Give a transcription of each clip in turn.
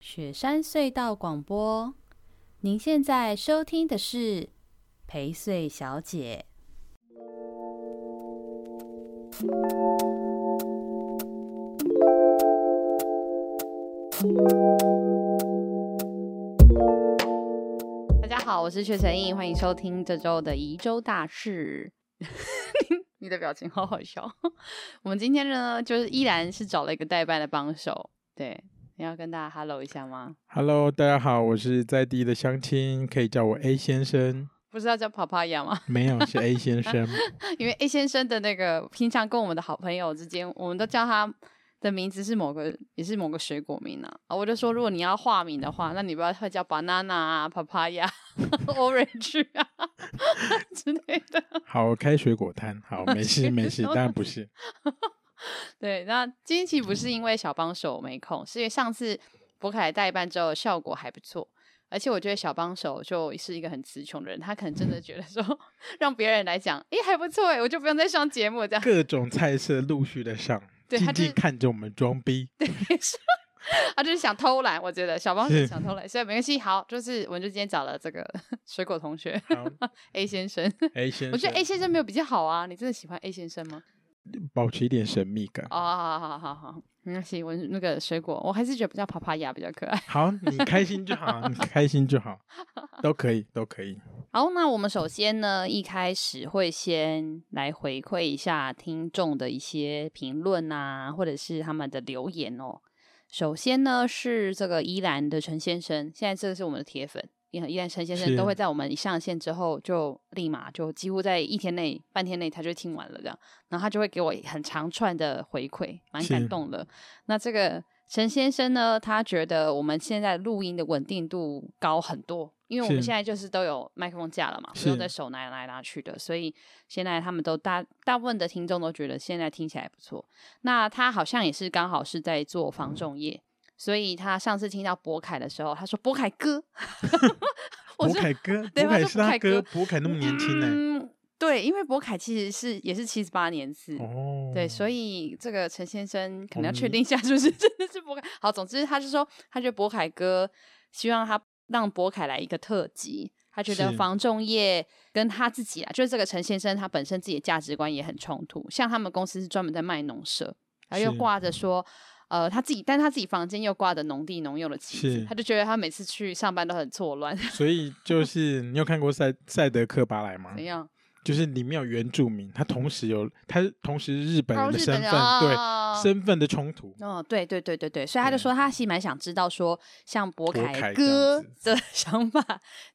雪山隧道广播。您现在收听的是陪睡小姐。大家好，我是薛成义，欢迎收听这周的宜州大事。 你的表情好好笑。 我们今天呢，就是依然是找了一个代班的帮手，对，你要跟大家 hello 一下吗？ Hello，大家好，我是在地的乡亲，可以叫我 A 先生，不是要叫跑跑呀吗？ 没有是 A 先生。因为 A 先生的那个平常跟我们的好朋友之间，我们都叫他的名字是某个也是某个水果名啊。啊我就说，如果你要化名的话，那你不要会叫 banana 啊、papaya、orange 啊 之类的。好，开水果摊，好， 没事没事，当然不是。对，那今天其实不嗯是因为小帮手没空，是因为上次博凯代班之后效果还不错，而且我觉得小帮手就是一个很词穷的人，他可能真的觉得说 让别人来讲，诶、还不错诶、欸我就不用再上节目这样。各种菜色陆续的上， 对静他就是静看着我们装逼。他就是想偷懒，我觉得小帮手是想偷懒，所以没关系。好，就是我们就今天找了这个 水果同学 好 A 先生， ，A 嗯先生，嗯我觉得 A 先生没有比较好啊。你真的喜欢 A 先生吗？保持一点神秘感。哦，好好好好，没关系。我那个水果，我还是觉得比较帕帕亚比较可爱。好，你开心就好，你开心 就好，都可以，都可以。好，那我们首先呢，一开始会先来回馈一下听众的一些评论啊，或者是他们的留言哦。首先呢是这个宜兰的陈先生，现在这个是我们的铁粉，宜宜兰陈先生是都会在我们一上线之后就立马就几乎在一天内、半天内他就听完了这样，然后他就会给我很长串的回馈，蛮感是动的。那这个陈先生呢，他觉得我们现在录音的稳定度高很多，因为我们是现在就是都有麦克风架了嘛，不用是在手拿来拿去的，所以现在他们都大大部分的听众都觉得现在听起来不错。那他好像也是刚好是在做防重业，所以他上次听到博凯的时候，他说博凯 哥，我博是凯哥， 对博他凯说是博他凯哥，哥博凯那么年轻呢。嗯，对，因为博凯其实是也是七十八年次，哦，对，所以这个陈先生可能要我们确定一下，是不是真的是博凯？好，总之他是说，他觉得博凯哥希望他让博凯来一个特辑，他觉得是房仲业跟他自己啊，就是这个陈先生他本身自己的价值观也很冲突。像他们公司是专门在卖农舍，然后又是挂着说。呃，他自己，但他自己房间又挂着农地农用的旗子是，他就觉得他每次去上班都很错乱， 所以就是你有看过赛赛德克巴 莱吗怎？样？就是里面有原住民，他同时有他同时是日本人哦的日身本份，人对哦身份的冲突，哦，对对对对对，所以他就对说他其实蛮想知道说，像博博凯嗯凯哥这样的 想法，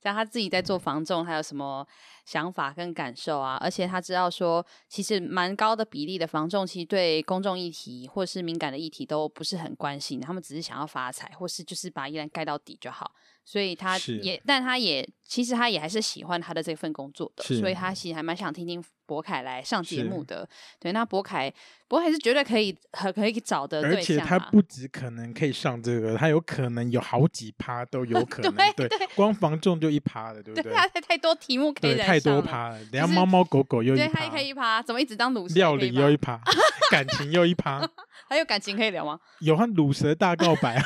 像他自己在做房仲，还有什么想法跟感受啊？而且他知道说，其实蛮高的比例的房仲其实对公众议题或是敏感的议题都不是很关心，他们只是想要发财，或是就是把依然盖到底就好。所以他是也，但他也其实他也还是喜欢他的这份工作的，是所以他其实还蛮想听听博凯来上节是目的。对，那博凯博凯是绝对可以很可以找的而对且象、啊，他 不止可能可以上这个，他有可能有好几趴都有可能， 对对，光防重就一趴了，对不对他太太多题目可以对，来太多上了，趴了，等下就是猫猫狗狗又一对，他趴也，可以一趴，怎么一直当卤蛇也可以啊料理趴又一趴， 感情又一 趴，还有感情可以聊吗？有和乳蛇大告白。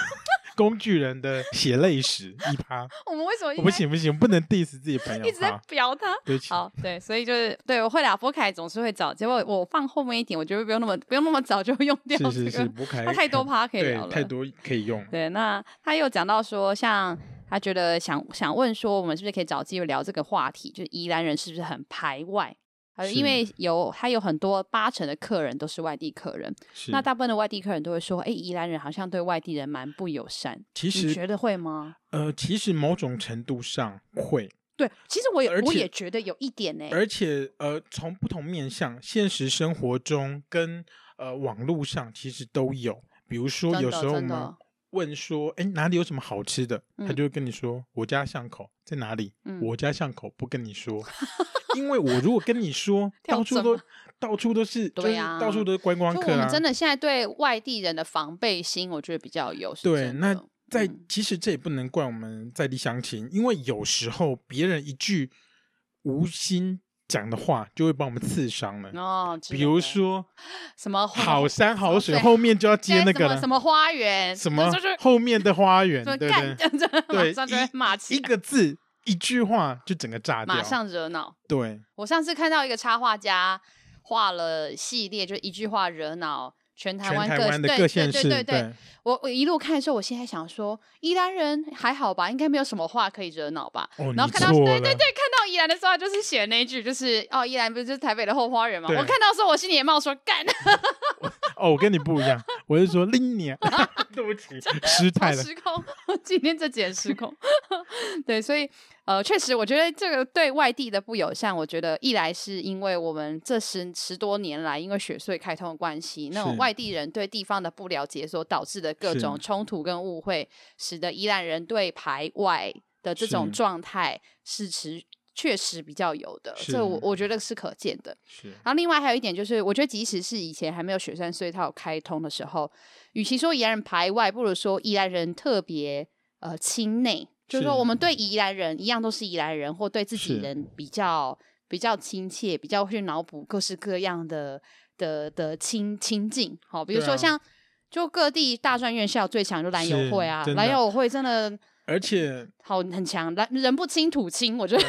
工具人的血泪史一趴， 我们为什么我一不直行不行，不能 diss 自己朋在 友一直在趴，表他？对不起，好，对，所以就是对我会啦，博凯总是会找，结果我放后面一点，我觉得不用那么不用那么早就用掉这是个，是是，不开他太多趴可以对聊了，太多可以用，对，那他又讲到说，像他觉得想想问说，我们是不是可以找机会聊这个话题？就是宜兰人是不是很排外？他说因是为有他有很多八成的客人都是外地客人，是那大部分的外地客人都会说，哎、宜兰人好像对外地人蛮不友善，其你实觉得会吗？呃，其实某种程度上会，对，其实我也而我且也觉得有一点呢、而且呃，从不同面向，现实生活中跟呃网络上其实都有。比如说，真有的时候我真们的，问说，哎，哪里有什么好吃的？他嗯就会跟你说，我家巷口在哪里？嗯我家巷口不跟 你说，因为我如果跟你说，跳到处针都吗到处都是，就对是啊到处都是观光就客我啊们。真的现在对外地人的防备心，我觉得比较有。是对，真那的在、嗯其实这也不能怪我们在地乡情，因为有时候别人一句无心讲的话，就会把我们刺伤了。哦，之比类如的说什么花 好山好水，对后面就要接现在什那个么了什，么花园，什么就是后面的花园，说 对不干，对？这样子对 马上就会骂一起来，个字一句话就整个炸掉，马上惹恼。对，我上次看到一个插画家画了系列，就一句话惹恼全台全湾台各湾的对各对县对市，对对，我我一路看的时候，我现在想说，宜兰人还好吧，应该没有什么话可以惹恼吧。哦，然后你看到错对对了对，看到宜兰的时候，他就是写那一句，就是哦，宜兰不是就是台北的后花园嘛。对我看到的时候，我心里也冒说干，哦，我跟你不一样，我是说拎你，啊 对不起，失态好了。失控， 今天这集很失控。 对，所以呃，确实，我觉得这个对外地的不友善，我觉得一来是因为我们这十十多年来因为雪穗开通的关系，那种是外地人对地方的不了解所导致的各是种冲突跟误会，使得宜兰人对排外的这种是状态是持确实比较有的，是这我我觉得是可见的。是然后另外还有一点就是，我觉得即使是以前还没有雪山隧道开通的时候，与其说宜兰人排外，不如说宜兰人特别呃亲内，就是说是我们对宜兰人一样都是宜兰人，或对自己是人比较比较亲切，比较会去脑补各式各样的的的亲亲近。好，比如对说啊像。就各地大专院校最强就蓝友是会啊，真蓝的友会真的而且，好很强，蓝人不清土清，我觉得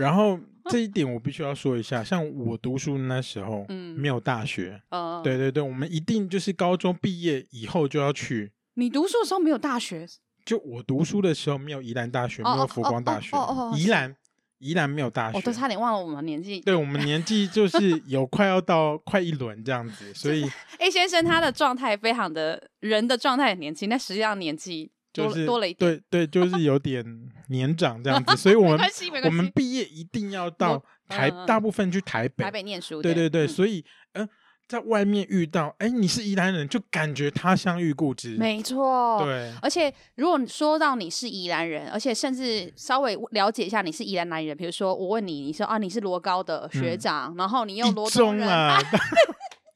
然后这一点我必须要说一下，像我读书那时候，嗯没有大学，呃，对对对，我们一定就是高中毕业以后就要去。你读书的时候没有大学，就我读书的时候，没有宜兰大学，哦没哦有佛哦光大哦学哦哦，哦宜是兰宜兰没有大我、学，哦都差点忘了我们年纪对我们年纪就是有快要到快一轮这样子，所以 A 先生嗯他的状态非常的人的状态很年轻，但实际上年纪多就了是多了一点。对对，就是有点年长这样子，所以我没们关系，没我关们系。毕业一定要到台嗯嗯，嗯大部分去台北台，北念书，对对对，嗯所以嗯，在外面遇到，哎，你是宜兰人，就感觉他乡遇故知，没错。对，而且，如果你说到你是宜兰人，而且甚至稍微了解一下你是宜兰哪里人，比如说我问你，你说啊你是罗高的学嗯长，然后你又一罗东中人，啊，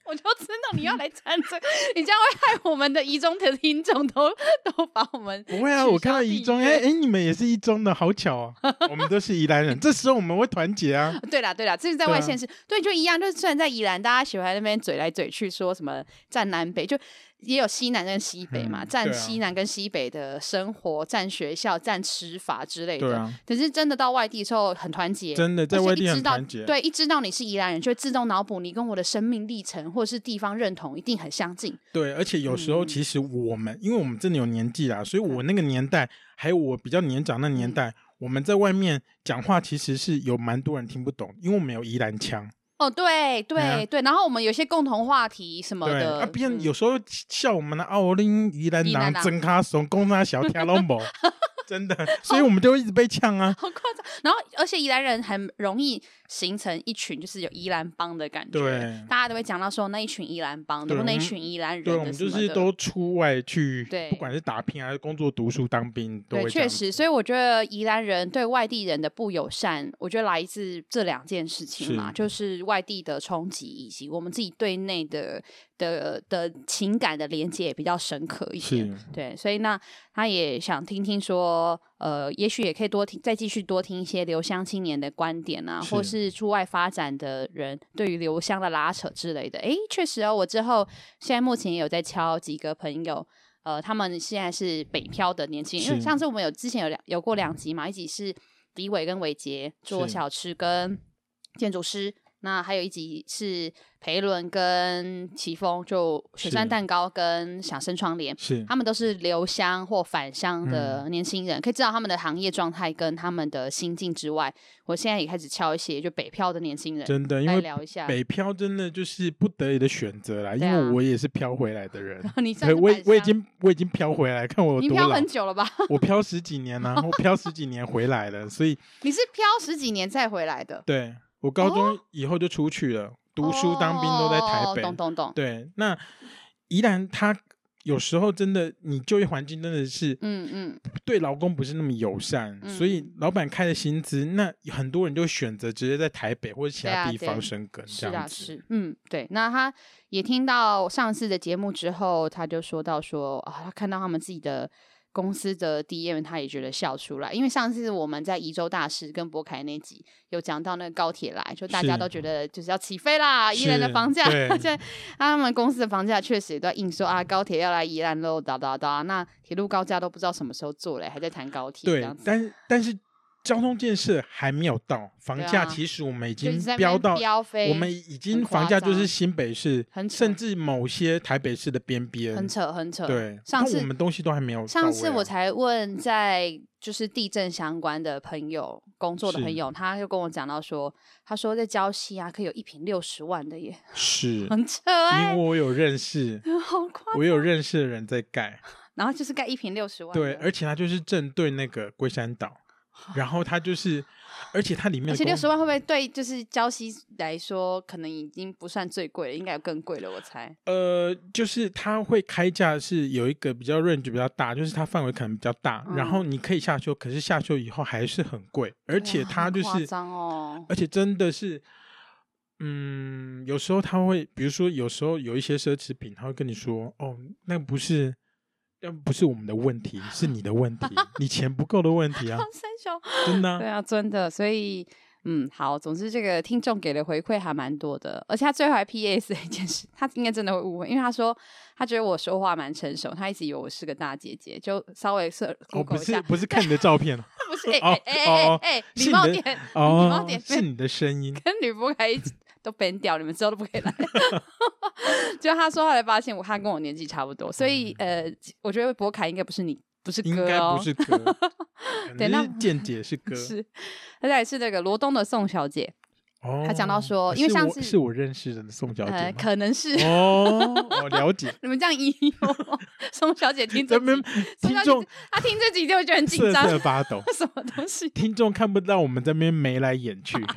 我就知道你要来参这，你这样会害我们的宜中的听众都都把我们 不会啊，取我看消到一订中，阅哎哎，你们也是一中的，好巧 啊，我们都是宜兰人，这时候我们会团结啊，对啦，对啦，这是在对外啊县市，对，就一样。就是虽然在宜兰，大家喜欢在那边嘴来嘴去，说什么站南北，就也有西南跟西北嘛，嗯站对啊西南跟西北的生活，站学校，站吃法之类对的。啊，可是真的到外地之后很团结，真的在而且外一地知很道团结，对，一知道你是宜兰人，就会自动脑补你跟我的生命历程或者是地方认同一定很相近。对，而且有时候嗯其实我们，因为我们真的有年纪啦，所以我那个年代，还有我比较年长那嗯年代，我们在外面讲话其实是有蛮多人听不懂，因为我们有宜兰腔，哦，对对、啊对，然后我们有些共同话题什么对，的，啊，别嗯人有时候笑我们的奥林宜兰宜兰人郎真卡怂，公他小听拢 无，真的，所以我们就一直被呛啊，好夸张！然后，而且宜兰人很容易形成一群，就是有宜兰帮的感觉。对大家都会讲到说那一群宜兰帮的，对或我那一们群宜兰人的对，我们什就么是的都出外去，对不管是打拼还是工作、读书、当兵，都对，会确实，所以我觉得宜兰人对外地人的不友善，我觉得来自这两件事情嘛，是就是外地的冲击，以及我们自己对内的的的情感的连接也比较深刻一以点。是对，所以那他也想听听说，呃，也许也可以多听，再继续多听一些留乡青年的观点啊，或是是出外发展的人对于留乡的拉扯之类的。诶，确实哦，我之后现在目前也有在敲几个朋友。呃，他们现在是北漂的年轻人，因为是上次我们有之前有两有过两集嘛，一集是李伟跟伟杰做是小吃跟建筑师，那还有一集是裴伦跟奇峰，就雪山是蛋糕跟响声窗帘，是他们都是留乡或返乡的嗯年轻人，可以知道他们的行业状态跟他们的心境之外，我现在也开始敲一些就北漂的年轻人真的，因来为聊一下。北漂真的就是不得已的选择啦，因对啊为我也是漂回来的人。 你 算对，是我返已我已乡经我已经漂回来，看我你有多漂老。很久了吧？ 我漂十几年呢、我漂十几年回来了，所以你是漂十几年再回来的，对我高中以后就出去了，读书当兵都在台哦哦北。懂懂懂。对，那宜兰它有时候真的，你就业环境真的是嗯嗯，对劳工不是那么友善，嗯所以老板开的薪资，那很多人就选择直接在台北或者其对啊他地对方生根，是这啊样子。是，嗯对。那他也听到上次的节目之后，他就说到说啊，他看到他们自己的公司的 DM 他也觉得笑出来，因为上次我们在宜州大师跟博凯那集有讲到那个高铁来，就大家是都觉得就是要起飞啦，宜兰的是房价，对 现在他们公司的房价确实也都在硬说啊，高铁要来宜兰喽，哒哒哒，那铁路高架都不知道什么时候做嘞，还在谈高铁，这对样，子但但是交通建设还没有到，房对价啊其实我们已就一经直在那边飙到，飙飞，我们已经很房夸价就是张新北市很，扯甚至某些台北市的边边，很扯很扯，对，上但次我们东西都还没有到位啊。上次我才问在就是地震相关的朋友工作的是朋友，他就跟我讲到说，他说在礁溪啊，可以有一瓶六十万的耶，是，很扯因哎、为我有认识， 好夸。我有认识的人在盖，然后就是盖一瓶六十万的，对，而且他就是正对那个龟山岛，然后他就是，而且它里面的哦而且公六十万会不会对就是礁溪来说，可能已经不算最贵了，应该有更贵了，我 猜。呃，就是它会开价是有一个比较 range 比较大，就是它范围可能比较大，然后你可以下修，可是下修以后还是很贵，而嗯且哇它很就夸是，张哦，，而且真的是，嗯，有时候他会，比如说有时候有一些奢侈品，他会跟你说，哦，那不是。那不是我们的问题，是你的问题，你钱不够的问题啊三小真的啊、对啊，真的，所以。嗯，好，总之这个听众给的回馈还蛮多的，而且他最后还 P.S. 一件事，他应该真的会误会，因为他说他觉得我说话蛮成熟，他一直以为我是个大姐姐，就稍微是哦，不 Google 一下，是不是看你的照片啊不是，哎哦哎哎哦哎哦哎，是礼你貌的点， 礼貌哦点，，是你的声音，跟女仆还都 ban 掉，你们之后都不可以来。 就他说，后来发现我他跟我年纪差不多，所以呃，我觉得博凯应该不是你，不是嗯应哥该哦，不 是歌，可对能那是见解是 歌。是，而且还是那个罗东的宋小姐，哦，讲到说因为是上我次是我认识的宋小姐呃，吗可能是、 。哦，我了解你们这样一哦， 宋小姐听这咱集，们宋听小姐众她听这集就会觉得很紧瑟张，瑟发抖，什么东西？听众看不到我们这边眉来眼去。啊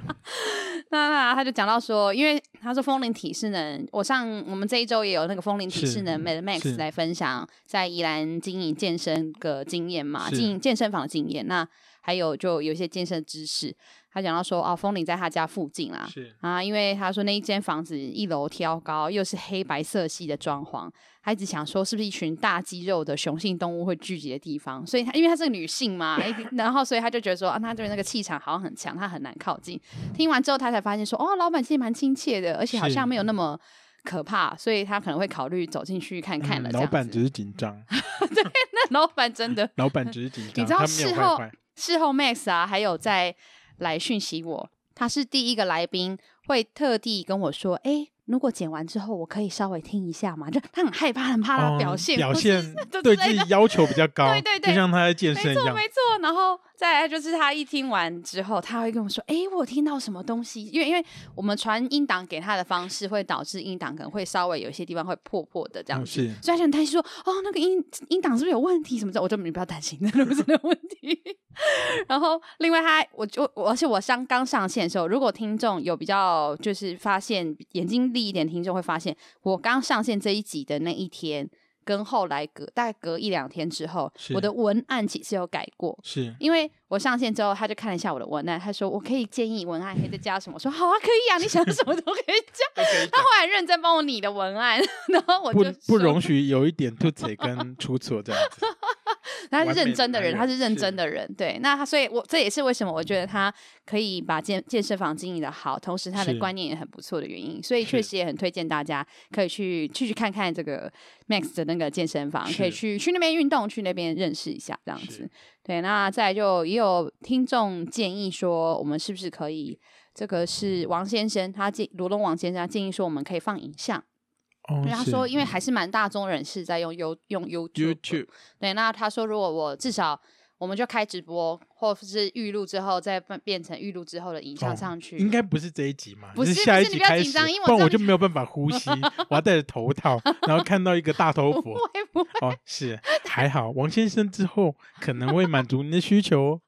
那 那她就讲到说，因为她说风铃体适能，我上我们这一周也有那个风铃体是适能 Mad 是 Max 来分享在宜兰经营健身的经验嘛，是经营健身房的经验，那还有就有一些健身知识。她讲到说，哦，风铃在她家附近 啦，是啊，因为他说那一间房子一楼挑高，又是黑白色系的装潢，他一直想说是不是一群大肌肉的雄性动物会聚集的地方，所以他因为她是个女性嘛，一定 然后所以他就觉得说啊，那对那个气场好像很强，他很难靠近。听完之后，他才发现说哦，老板其实蛮亲切的，而且好是像没有那么。可怕，所以他可能会考虑走进去看看了。嗯这老样板子只是紧张， 那老板真的老板只是 紧张，知道他没有事坏后坏。事后 Max 啊，还有在来讯息我，他是第一个来宾，会特地跟我说，哎、如果剪完之后，我可以稍微听一下嘛，就他很害怕，很怕他哦啊表现、表或是现 对对之自类的己要求比 较高，对对对就像他在健没身一错，样没。错。然后再来就是他一听完之后，他会跟我说：“哎、我有听到什么东西？”因为因为我们传音档给他的方式，会导致音档可能会稍微有一些地方会破破的这样嗯子，是所以他就很担心说：“哦，那个音音档是不是有问题什么的？”我就你不要担心，那个不是的问题。 然后另外他，我就我而且我上刚上线的时候，如果听众有比较就是发现眼睛利一点，听众会发现我刚上线这一集的那一天。跟后来隔大概隔一两天之后是，我的文案其实有改过， 是因为我上线之后，他就看了一下我的文案，他说我可以建议文案可以再加什么，我说好啊，可以啊，你想什么都可以加。他后来认真帮我拟的文案， 然后我不就不说容许有一点吐嘴跟出 错这样子。他是认真的人，他完美的男人是认真的人，对。那他，所以我这也是为什么我觉得他可以把健健身房经营的好，同时他的是观念也很不错的原因。所以确是实也很推荐大家可以去去去看看这个 Max 的那个健身房，是可以去去那边运动，去那边认识一下这样子是。对，那再来就也有听众建议说，我们是不是可以？这个是王先生，他建罗东王先生他建议说，我们可以放影像，哦因为，他是说，因为还是蛮大众人士在用 You 用 YouTube YouTube 对，那他说如果我至少我们就开直播，或是预录之后再变变成预录之后的影像哦上去。应该不是这一集嘛，不是是下不一是集你不要开紧始张因为，我知不然道我你就没有办法呼吸，我要戴着头 套，然后看到一个大头佛。会不会？哦，是还好，王先生之后可能会满足您的需求哦。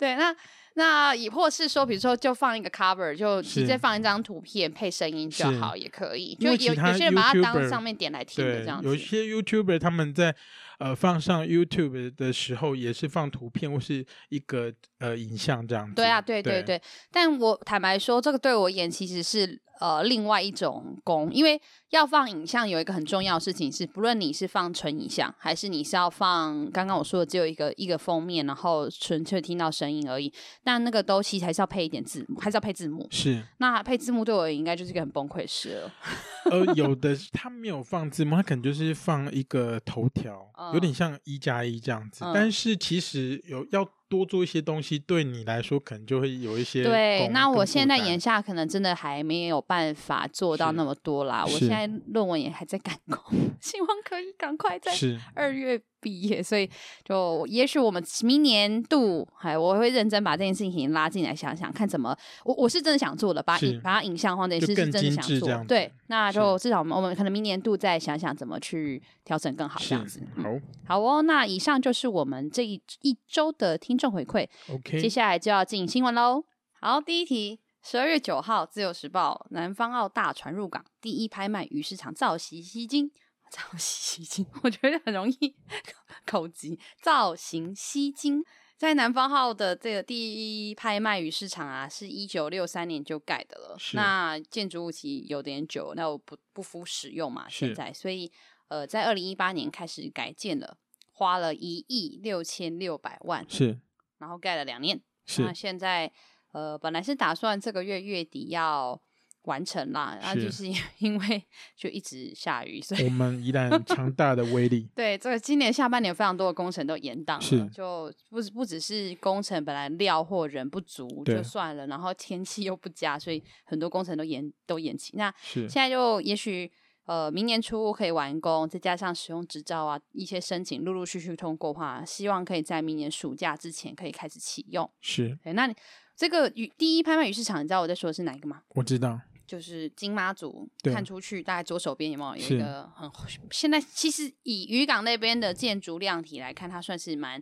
对，那那也或是说，比如说就放一个 cover，就直是接放一张图片配声音就是好，也可以。因就为有其他有些人把它 YouTuber- 当上面点来 听的对这样，子有。些 YouTuber 他们在呃放上 YouTube 的时候，也是放图片或是一个呃影像这样子。对啊，对对对，对。但我坦白说，这个对我而言其实是呃另外一种工，因为要放影像有一个很重要的事情是，不论你是放纯影像，还是你是要放刚刚我说的只有一个一个封面，然后纯粹听到声音而已，那那个东西还是要配一点字幕，还是要配字幕。是，那配字幕对我而言应该就是一个很崩溃的事了。 呃，有的是他没有放字幕，他可能就是放一个头条，有点像一加一这样子。嗯但是其实有要多做一些东西，对你来说可能就会有一些对，功那跟我负现在担眼下可能真的还没有办法做到是那么多啦。我是现在论文也还在赶工， 希望可以赶快在是二月毕业，所以就也许我们明年度，哎，我会认真把这件事情拉进来想想看怎么，我我是真的想做的，把是影把它影像化这件就事是更真的精想致这做样，对子，那是就至少我们我们可能明年度再想想怎么去调整更好这是样子。嗯好好哦，那以上就是我们这一一周的听众回馈。接，OK，下来就要进新闻喽。好，第一题，十二月九号，《自由时报》南方澳大船入港，第一拍卖鱼市场造型吸睛，造型吸睛， 我觉得很容易 口急，造型吸睛。在南方号的这个第一拍卖鱼市场啊，是一九六三年就盖的了。是那建筑物期有点久，那我不不敷使用嘛，是现在，所以呃，在二零一八年开始改建了，花了一亿六千六百万，是然后盖了两年。那是现在呃，本来是打算这个月月底要完成啦，然后就是是因 因为就一直下雨，所以我们 依然强大的威力，对这个今年下半年有非常多的工程都延档了是，就不不只是工程本来料或人不足就对算了，然后天气又不佳，所以很多工程都延都延期。那是现在就也许呃明年初可以完工，再加上使用执照啊一些申请陆陆续续通过的话，希望可以在明年暑假之前可以开始启用。是，对，那你这个鱼第一拍卖鱼市场，你知道我在说的是哪一个吗？我知道，就是金妈祖对看出去，大概左手边有没有有一是个很现在其实以渔港那边的建筑量体来看，它算是蛮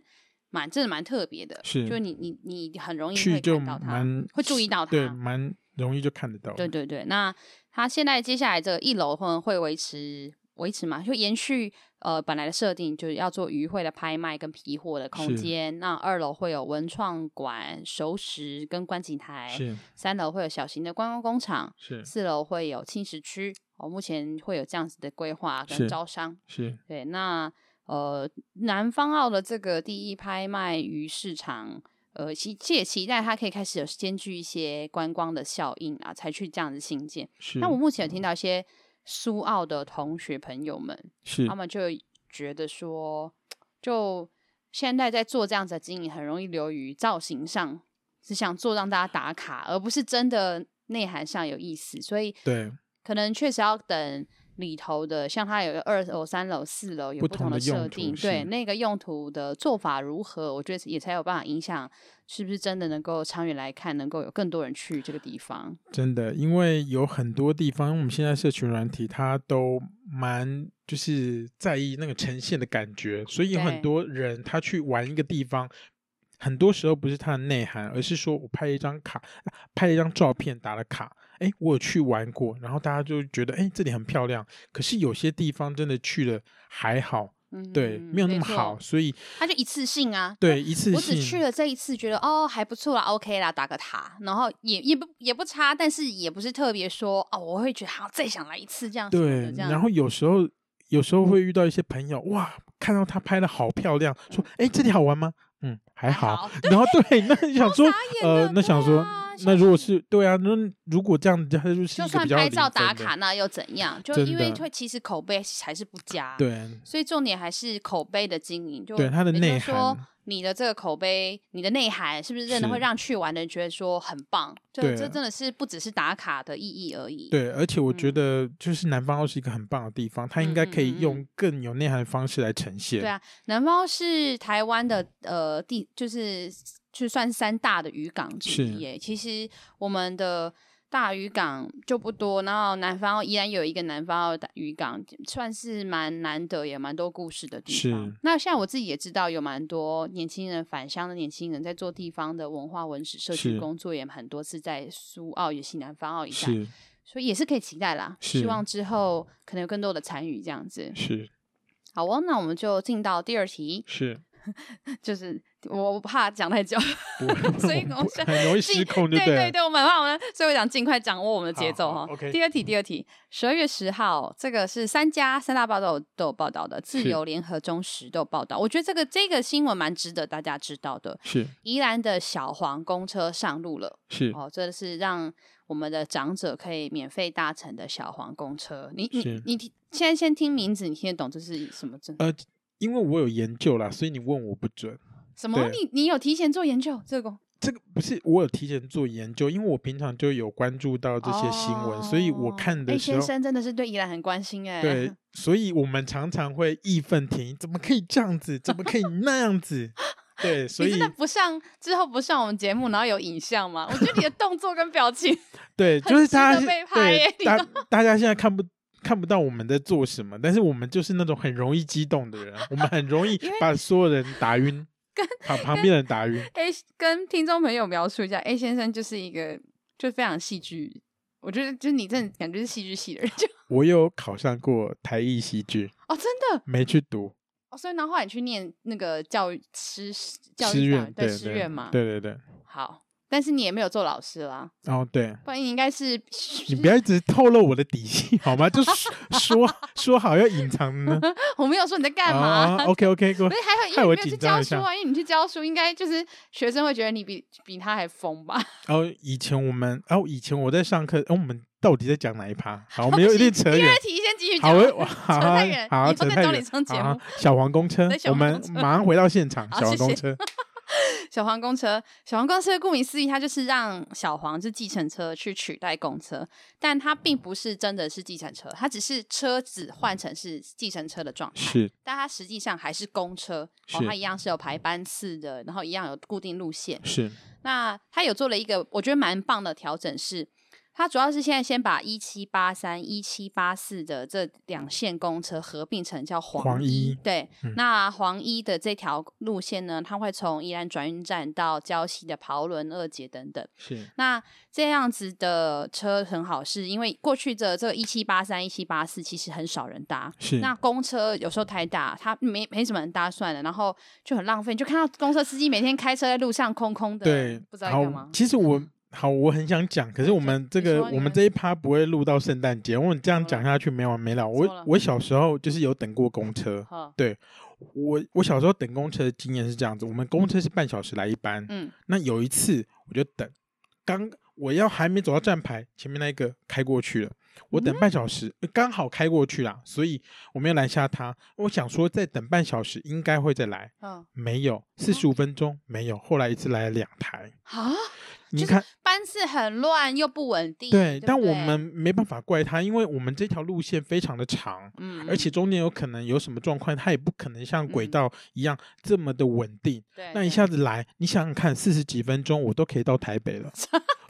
蛮真的蛮特别的，是就你你你很容易去会就看到它，蛮会注意到它。对，蛮容易就看得到，对，对对，那它现在接下来这个一楼会会维持维持嘛？就延续呃本来的设定，就是要做渔会的拍卖跟皮货的空是间。那二楼会有文创馆、熟食跟观景台，是三楼会有小型的观光工厂，是四楼会有轻食区。哦，目前会有这样子的规划跟是招商。是对，那呃，南方澳的这个第一拍卖鱼市场，呃，期其实也期待它可以开始有兼具一些观光的效应啊，才去这样子新建。是那我目前有听到一些苏澳的同学朋友们，是他们就觉得说，就现在在做这样子的经营，很容易流于造型上，只想做让大家打卡，而不是真的内涵上有意思，所以对可能确实要等里头的，像它有个二楼、三楼、四楼有不同同的用设途定，对是那个用途的做法如何，我觉得也才有办法影响是不是真的能够长远来看，能够有更多人去这个地方。真的，因为有很多地方，我们现在社群软体它都蛮就是在意那个呈现的感觉，所以有对很多人他去玩一个地方，很多时候不是它的内涵，而是说我拍一张卡，啊拍一张照片打了卡，哎，我有去玩过，然后大家就觉得哎这里很漂亮，可是有些地方真的去了还好，嗯，对，没有那么错好，，所以它就一次性啊。对一次性我只去了这一次，觉得哦还不错啦，OK 啦，打个卡，然后也也不也不差，但是也不是特别说哦，我会觉得好再想来一次这样啊什么的对，这样，嗯然后有时候有时候会遇到一些朋友，哇，看到他拍的好漂亮，说，哎，这里好玩吗？嗯，还好。好，哦然后对， 那你想说傻，眼呃了，那想说对啊，那想如说果是对啊，那如果这样，子，他就是就一个算比较拍零照打分的卡，那又怎样？就真因为的会其实口碑还是不佳，，对所以重点还是口碑的经营，就对它的也就是内说涵你的这个口碑，你的内涵是不是真的是会让去玩的人觉得说很棒？就对这真的是不只是打卡的意义而已。对，而且我觉嗯得就是南方澳是一个很棒的地方，它嗯应该嗯可嗯以嗯用更有内涵的方式来呈现。对啊南方是台湾的呃地，就是就算三大的渔港之是一耶。其实我们的大渔港就不多，然后南方澳依然有一个南方澳的渔港，算是蛮难得也蛮多故事的地方是。那像我自己也知道，有蛮多年轻人返乡的年轻人在做地方的文化文史社区是工作，也很多次在苏澳、也西南方澳一带，是所以也是可以期待啦。是希望之后可能有更多的参与这样子。是好哦，那我们就进到第二题。是，就是我我怕讲太久， 不会所以不我不想很容易失控，对不对啊对了？对，我们怕我们，所以我想尽快掌握我们的节奏好哈好。，OK 第二题，第二题，十二月十号，这个是三家三大报都有都有报道的，《自是由联合》中时都有报道。我觉得这个这个新闻蛮值得大家知道的。是宜兰的小黄公车上路了是哦，这是让我们的长者可以免费搭乘的小黄公车。你你是你听，现在先听名字，你听得懂这是什么证？呃，因为我有研究啦，所以你问我不准。什么？对你你有提前做研究这个？这个不是我有提前做研究，因为我平常就有关注到这些新闻，所以我哦看哎的时先候，生真的是对宜兰很关心哎、 对，所以我们常常会义愤填膺，怎么可以这样子？怎么可以那 样子？对，所你以真的不上之后不上我们节目，然后有影像吗？我觉得 你的动作跟表情对，很就是值得大家是被拍耶对你大大家现在看不看不到我们在做什么，但是我们就是那种很容易激动的人，我们很容易因为把所有人打 晕，把旁边人打晕。 ，A 跟听众朋友描述一下，A 先生就是一个就非常戏剧，我觉得就是你真的感觉是戏剧系的人，就我有考上过台艺戏剧，哦真的没去读，哦，所以然后后来你去念那个教育师教师育院大对对师院嘛，对对对，好，但是你也没有做老师啦，哦对。不然你应该是你不要一直透露我的底细好吗？就说说说好要隐藏呢？ 我没有说你在干嘛、啊？OK OK，各不位是，还有因害为 我你没有去紧张教一书下啊，因为你去教书，应该就是学生会觉得你比比他还疯吧？然后哦以前我们，然后以前我在上课，哦，我们到底在讲哪一趴？好，我哦们有一不行点扯 第远二。题先继续好，讲，我好扯好太远好以后扯再太找你远上节好目小黄公车对，小我黄们公车马上回到现场。 好小谢黄公谢车，小黄公车，小黄公车顾名思义，它就是让小黄是计程车去取代公车，但它并不是真的是计程车，它只是车子换成是计程车的状态，是但它实际上还是公车，哦，是它一样是有排班次的，然后一样有固定路线。是那他有做了一个我觉得蛮棒的调整是。他主要是现在先把一七八三、一七八四的这两线公车合并成叫黄黄一对，嗯那黄一的这条路线呢，它会从宜兰转运站到礁溪的桃园二节等等。是那这样子的车很好，是因为过去的这个一七八三、一七八四其实很少人搭，是，那公车有时候太大，它没没什么人搭算了，然后就很浪费。你就看到公车司机每天开车在路上空空的，对不，知道在好干嘛，。其实我好，我很想讲，可是我们这你个说你我们们这一趴不会录到圣诞节，我们这样讲下去没完没了。怎么我了我小时候就是有等过公车，好，我我小时候等公车的经验是这样子，我们公车是半小时来一班，嗯，那有一次我就等，刚我要还没走到站牌，前面那一个开过去了。我等半小时，呃刚好开过去啦，所以我没有拦下他。我想说再等半小时应该会再来，嗯，没有，四十五分钟没有，后来一次来了两台。啊，你就是看，班次很乱又不稳定，对，不但我们没办法怪他，因为我们这条路线非常的长，嗯，而且中间有可能有什么状况，它也不可能像轨道一样这么的稳定。对那一对下子来，你想想看，四十几分钟我都可以到 台北了。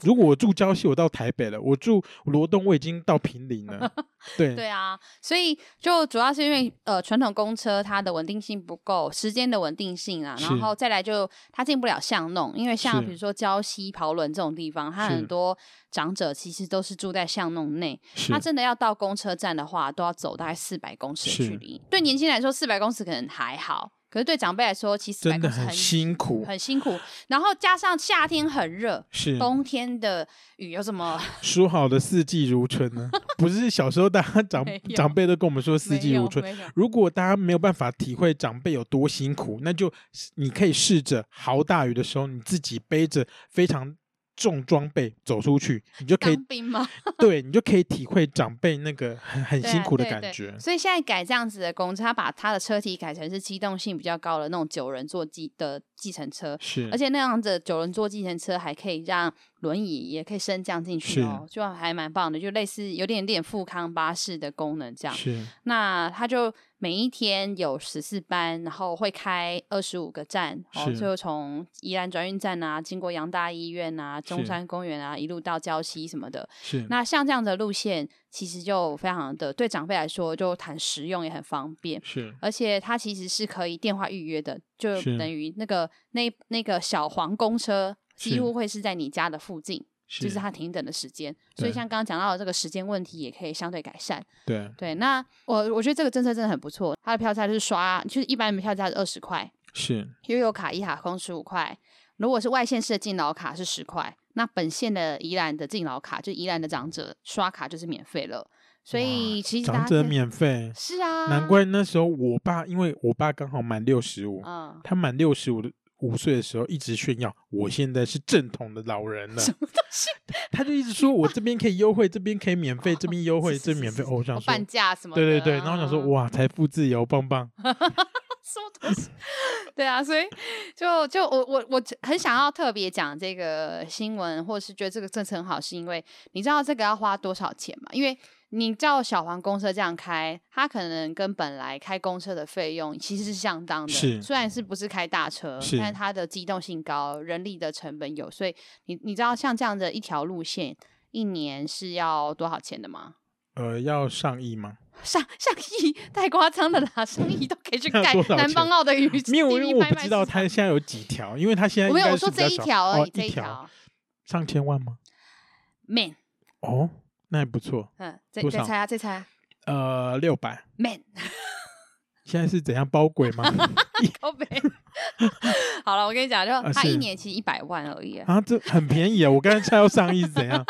如果我住礁溪，我到台北了；我住罗东，我已经到平 林了。对，对啊，所以就主要是因为呃，传统公车它的稳定性不够，时间的稳定性啊，是然后再来就它进不了巷弄，因为像是比如说礁溪、桃轮这种地方，它是很多长者其实都是住在巷弄内，是他真的要到公车站的话，都要走大概四百公尺的是距离。对年轻人来说，四百公尺可能还好，可是对长辈来说，其实400真的公尺很很辛苦，很辛苦。然后加上夏天很热，是冬天的雨又这么说好的四季如春 呢？不是小时候大家长没有长辈都跟我们说 四季如春，没有没有如果大家没有办法体会长辈有多辛苦，那就你可以试着豪大雨的时候，你自己背着非常重装备走出去，你就可以当兵吗？ 对你就可以体会长辈那个很很对啊辛苦的对感对觉。所以现在改这样子的公车，他把他的车体改成是机动性比较高的那种九人座机的计程车，是，而且那样子九人座计程车还可以让轮椅也可以升降进去是哦，就还蛮棒的，就类似有点点富康巴士的功能这样。是那他就每一天有十四班，然后会开二十五个站，哦，是就从宜兰转运站啊，经过杨大医院啊、中是山公园啊，一路到礁溪什么的。是，那像这样的路线，其实就非常的对长辈来说就很实用，也很方便。是而且它其实是可以电话预约的，就是等于那个那那个小黄公车几是乎会是在你家的附近，是就是它停等的时间。所以对像刚刚讲到的这个时间问题，也可以相对改善。对对，那我我觉得这个政策真的很不错，它的票价就是刷，就是一般的票价是二十块，是悠游卡一卡通十五块，如果是外县市的敬老卡是十块，那本县的宜兰的敬老卡就宜兰的长者刷卡就是免费了。所以其实大长家者可以免费，是啊，难怪那时候我爸，因为我爸刚好满六十五，嗯，他满六十五的五岁的时候一直炫耀，我现在是正统的老人了。什么东西他就一直说我这边可以优惠，这边可以免费，哦这边优惠， 是这是边免是费。是哦，我想哦半说，价什么的？对对对。然后我想说，嗯，哇，财富自由，棒棒。 什么东西？对啊，所以就就我我我很想要特别讲这个新闻，或是觉得这个政策很好，是因为你知道这个要花多少钱吗？因为你叫小黄公车这样开，它可能跟本来开公车的费用其实是相当的，是虽然是不是开大车，是但是它的机动性高，人力的成本有，所以你你知道像这样的一条路线，一年是要多少钱的吗？呃，要上亿吗？上 上亿太夸张了啦，上亿都可以去那盖多少南方钱澳的鱼没有，因地皮为我拍不卖知道市他场现在有几条，因为他现在我没有应该我说是比较这一少条而哦已，这一条上千万吗？ man，哦，那还不错。嗯，再多再少猜啊，再猜啊呃，六百， man， 现在是怎样包鬼吗？ 靠北。 好了，我跟你讲，就啊他一是年其实一百万而已啊，啊，这很便宜啊！我刚才猜要上亿是怎样？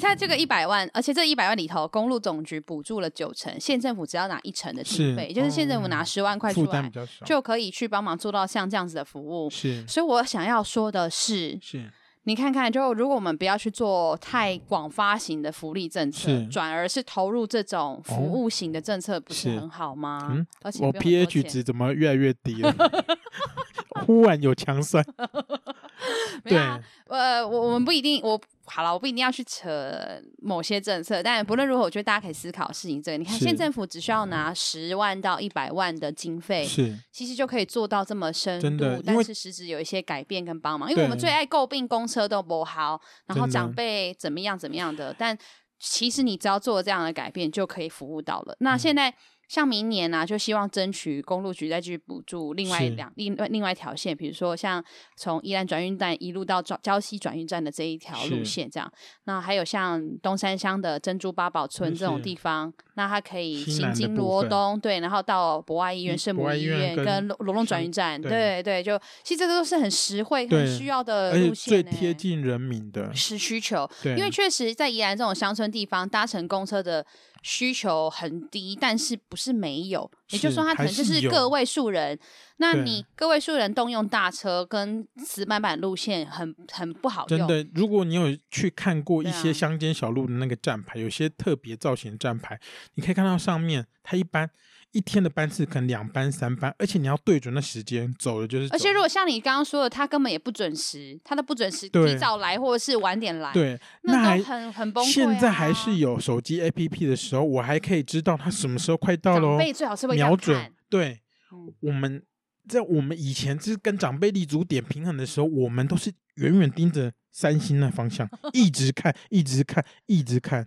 他这个一百万，而且这一百万里头，公路总局补助了九成，县政府只要拿一成的经是费，也就是县政府拿哦十万块出负担来比，较少，就可以去帮忙做到像这样子的服务。是所以我想要说的是，是你看看，就如果我们不要去做太广发型的福利政策是，哦转而是投入这种服务型的政策，不是是很好吗？嗯而且我不用很多 pH 钱值怎么越来越 低了？忽然有强酸，没有对，啊呃，我我们不一定，我好了，我不一定要去扯某些政策，但不论如何，我觉得大家可以思考事情这个。你看，是县政府只需要拿十万到一百万的经费。是其实就可以做到这么深真的度，因但为是实质有一些改变跟帮忙。因为我们对最爱诟病公车都不好，然后真的长辈怎么样怎么样的，但其实你只要做这样的改变，就可以服务到了。那嗯现在。像明年啊，就希望争取公路局再去补助另外是两另外另外一条线，比如说像从宜兰转运站一路到礁礁溪转运站的这一条路是线这样。那还有像东山乡的珍珠八宝村嗯这种是地方，那它可以西行南的经部罗分东，对，然后到博爱医院、嗯圣博母爱医医院院跟跟罗罗东转圣运站，对对对，就其实这都是很实惠、很对需要而的且路最线、欸，贴近人民的，是需求。对，因为确实在宜兰这种乡村地方，搭乘公车的需求很低，但是不是没有，也就是是说它可还能就是是有个位数人。那对你个位数人动用大车跟死板板路线很很不好真用，的，如果你有去看过一对啊些乡间小路的那个站牌，有些特别造型的站牌，你可以看到上面它一般一天的班次可能两班三班，而且你要对准那时间走的就是走。而且如果像你刚刚说的，他根本也不准时，他的不准时对提早来或者是晚点来，，对，那那还都很很崩溃、啊。现在还是有手机 APP 的时候，我还可以知道它什么时候快到了长哦，辈最好是会这样瞄准看。。对嗯，我们在我们以前就是跟长辈立足点平衡的时候，我们都是远远盯着三星那方向，一直看，一直看，一 直看。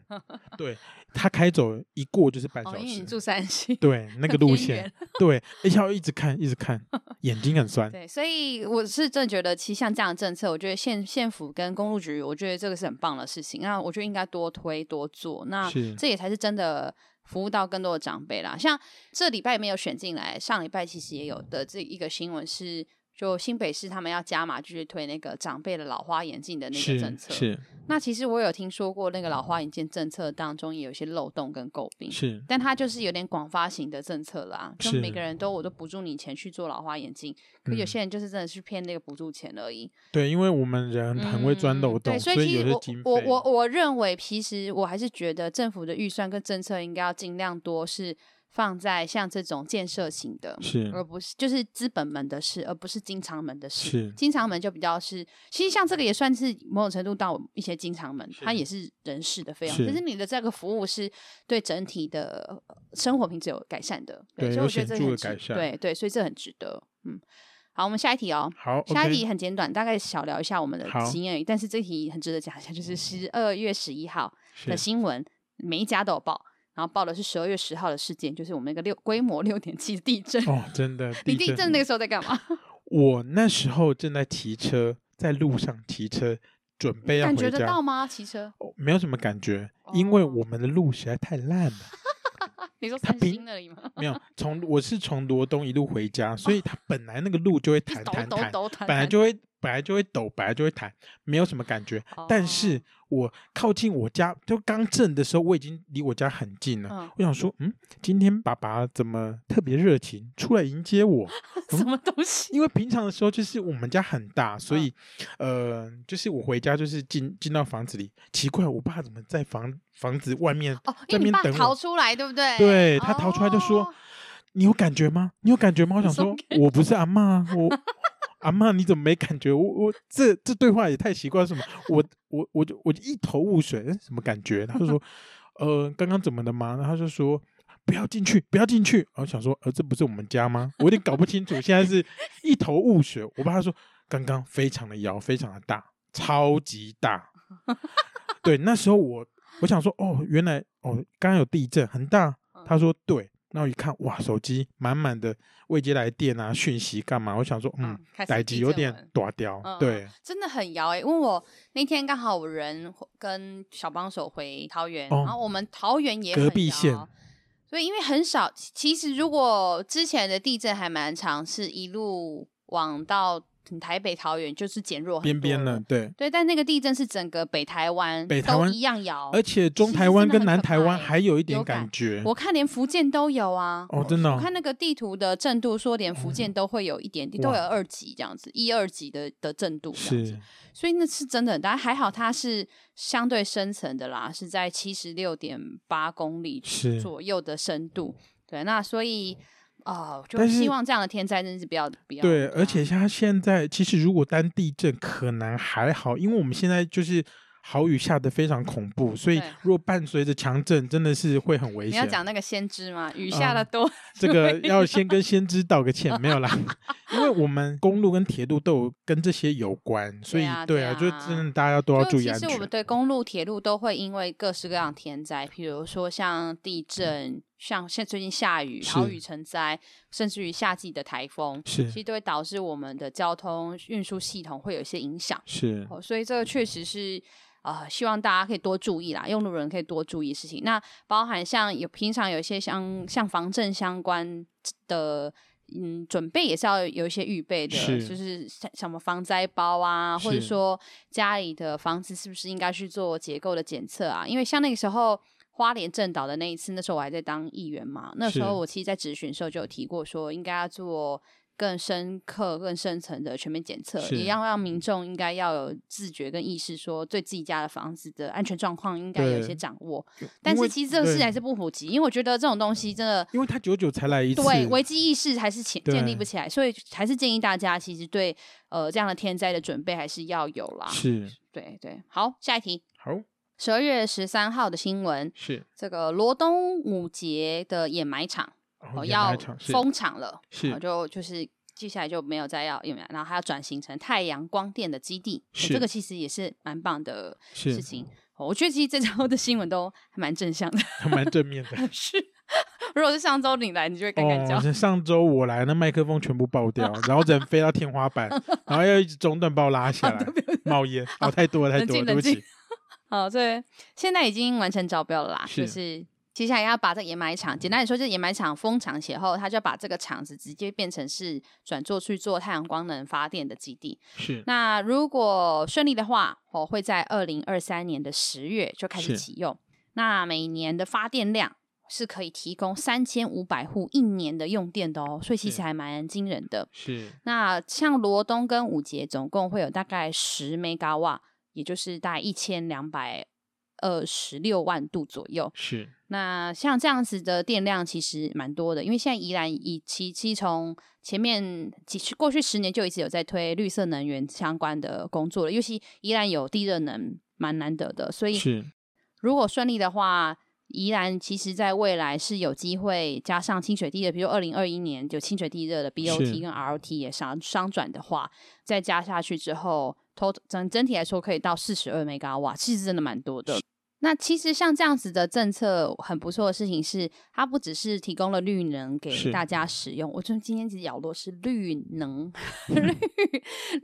对他开走一过就是半小哦，因为你时，住山西，对那个很路偏线远，对，而且要一直看，一 直看，眼睛很酸。对，所以我是真的觉得，其实像这样的政策，我觉得县县府跟公路局，我觉得这个是很棒的事情。那我觉得应该多推多做，那是啊这也才是真的服务到更多的长辈啦。像这礼拜没有选进来，上礼拜其实也有的这一个新闻是，就新北市他们要加码，就是推那个长辈的老花眼镜的那个是政策。嗯是那其实我有听说过，那个老花眼镜政策当中也有一些漏洞跟诟病。是，但它就是有点广发型的政策啦，就是每个人都我都补助你钱去做老花眼镜，可有嗯些人就是真的去骗那个补助钱而已，对，因为我们人很会钻漏嗯对洞，所所其有实些我经费我我我认为，其实我还是觉得政府的预算跟政策应该要尽量多是放在像这种建设型的，是而不是就是资本们的事，而不是经常们的事。是经常门就比较是，其实像这个也算是某种程度到一些经常门，是它也是人事的费用，是可是你的这个服务是对整体的呃生活品质有改善的，对所以有我觉得这显著很的值改善对对，所以这很值得，嗯。好，我们下一题哦。好下一 OK 题很简短，大概小聊一下我们的好嗯经验而已，但是这题很值得讲一下，就是十二月十一号的是新闻，每一家都有报，然后报的是十二月十号的事件，就是我们那个六规模六点七的地震。哦，真的，你地地震那个时候在 干嘛？我那时候正在骑车，在路上骑车，准备要感觉回得家，到吗？骑车？哦没有什么感觉，因为哦我们的路实在太烂了。你说他三平星那里吗？没有，从我是从罗东一路回家，所以它本来那个 路就会一直哦弹抖弹抖弹，抖弹，本来弹就会本来就会抖，本来就会弹，没有什么感觉。哦但是我靠近我家，就刚震的时候，我已经离我家很近了。嗯我想说，嗯，今天爸爸怎么特别热情，出来迎接我？ 什么东西？因为平常的时候就是我们家很大，所以、呃，就是我回家就是进进到房子里，奇怪，我爸怎么在房房子外面？哦，因为你在那边爸等我逃出来，对不对？对他逃出来就说：“哦你有感觉吗？你有感觉吗？”我想什么说，我不是阿嬷啊， 我阿嬷你怎么没感觉？我我这这对话也太奇怪，什么？我我我就我就一头雾水，嗯什么感觉？他就 说：“呃，刚刚怎么了吗？”然后他就说。不要进去，不要进去！然后想说，呃，这不是我们家吗？我有点搞不清楚，现在是一头雾水。我爸说，刚刚非常的摇，非常的大，超级 大。对，那时候我我想说，哦，原来哦，刚刚有地震，很大。嗯他说对，那我一看，哇，手机满满的未接来电啊，讯息干嘛？我想说，嗯嗯，开始逮地机有震点文短掉，嗯对，真的很摇哎、欸，因为我那天刚好我人跟小帮手回桃园，哦然后我们桃园也隔很壁摇县所以因为很少。其其实如果之前的地震还蛮长，是一路往到台北、桃园，就是减弱很边边多了，了。对。对，但那个地震是整个北台湾，北台湾一样摇，而且中哦其台实湾真的跟很南可台怕湾欸还有一点有感感觉，我看连福建都有啊。哦，真的我哦，嗯看那个地图的震度说，连福建都会有一点，都哇有二级这样子，一二级的的震度这样子是。所以那是真的很大，还好它是相对深层的啦，是在七十六点八公里是左右的深度。对，那所以哦、就但是希望这样的天灾真是不要不要。对，啊而且它现在其实如果单地震可能还好，因为我们现在就是豪雨下的非常恐怖，所以对如果伴随着强震，真的是会很危你要险。讲那个先知吗？嗯雨下的多，这个要先跟先知道个歉，没 有啦，因为我们公路跟铁路都有跟这些有关，所以对啊对啊，对就啊真的大家都要就注意其安实我们全。对公路、铁路都会因为各式各样的天灾，比如说像地震，像现最近下雨、是豪雨成灾，甚至于夏季的台风，是其实都会导致我们的交通运输系统会有一些影响。是，嗯哦，所以这个确实是。呃，希望大家可以多注意啦，用路人可以多注意事情。那包含像有平常有一些像像防震相关的，嗯，准备也是要有一些预备的，是就是像什么防灾包啊，或者是说家里的房子是不是应该去做结构的检测啊？因为像那个时候花莲震倒的那一次，那时候我还在当议员嘛，那时候是我其实，在质询的时候就有提过说，应该要做更深刻、更深层的全面检测，是嗯也要让民众应该要有自觉跟意识，说对自己家的房子的安全状况应该有一对些掌握。但因是为其实这个事情对还是不普及，因为我觉得这种东西真的。因为他久久才来一次，对危机意识还是建建立对不起来，所以还是建议大家，其实对呃这样的天灾的准备还是要有啦。是对对，好，下一题，好十二月十三号的新闻，是这个罗东五节的掩埋场哦掩要埋场是封场了，是哦就就是接下来就没有再要掩埋，然后它要转型成太阳光电的基地，哦是这个其实也是蛮棒的事是情。哦我觉得其实这周的新闻都还蛮正向的，。还蛮正面的是。如果是上周你来，你就会干干叫。 哦，是上周我来，那麦克风全部爆掉，然后人飞到天花板，然后要一直中断把我拉 啊下来，冒烟，哦，太多了，太冷多了，静对不冷静起，好，这哦现在已经完成招标了啦，是就是接下来要把这个掩埋场，嗯简单来说，就是掩埋场封场写后，他就把这个场子直接变成是转做去做太阳光能发电的基地。 是那如果顺利的话，我会在二零二三年的十月就开始是启用。那每年的发电量是可以提供三千五百户一年的用电的哦，所以其实是还蛮惊人的。是那像罗东跟五节总共会有大概十 mega 瓦，也就是大概一千两百二十六万度左右。是那像这样子的电量其实蛮多的，因为现在宜兰以其其从前面几去过去十年就一直有在推绿色能源相关的工作了，尤其宜兰有地热能蛮难得的，所以是如果顺利的话，宜兰其实在未来是有机会加上清水地热，比如二零二一年有清水地热的 BOT 是跟 ROT 也商商转的话，再加下去之后，total 整整体来说可以到四十二 mega 瓦，其实真的蛮多的。那其实像这样子的政策很不错的事情是，它不只是提供了绿能给是大家使用，我就今天只咬落是绿能绿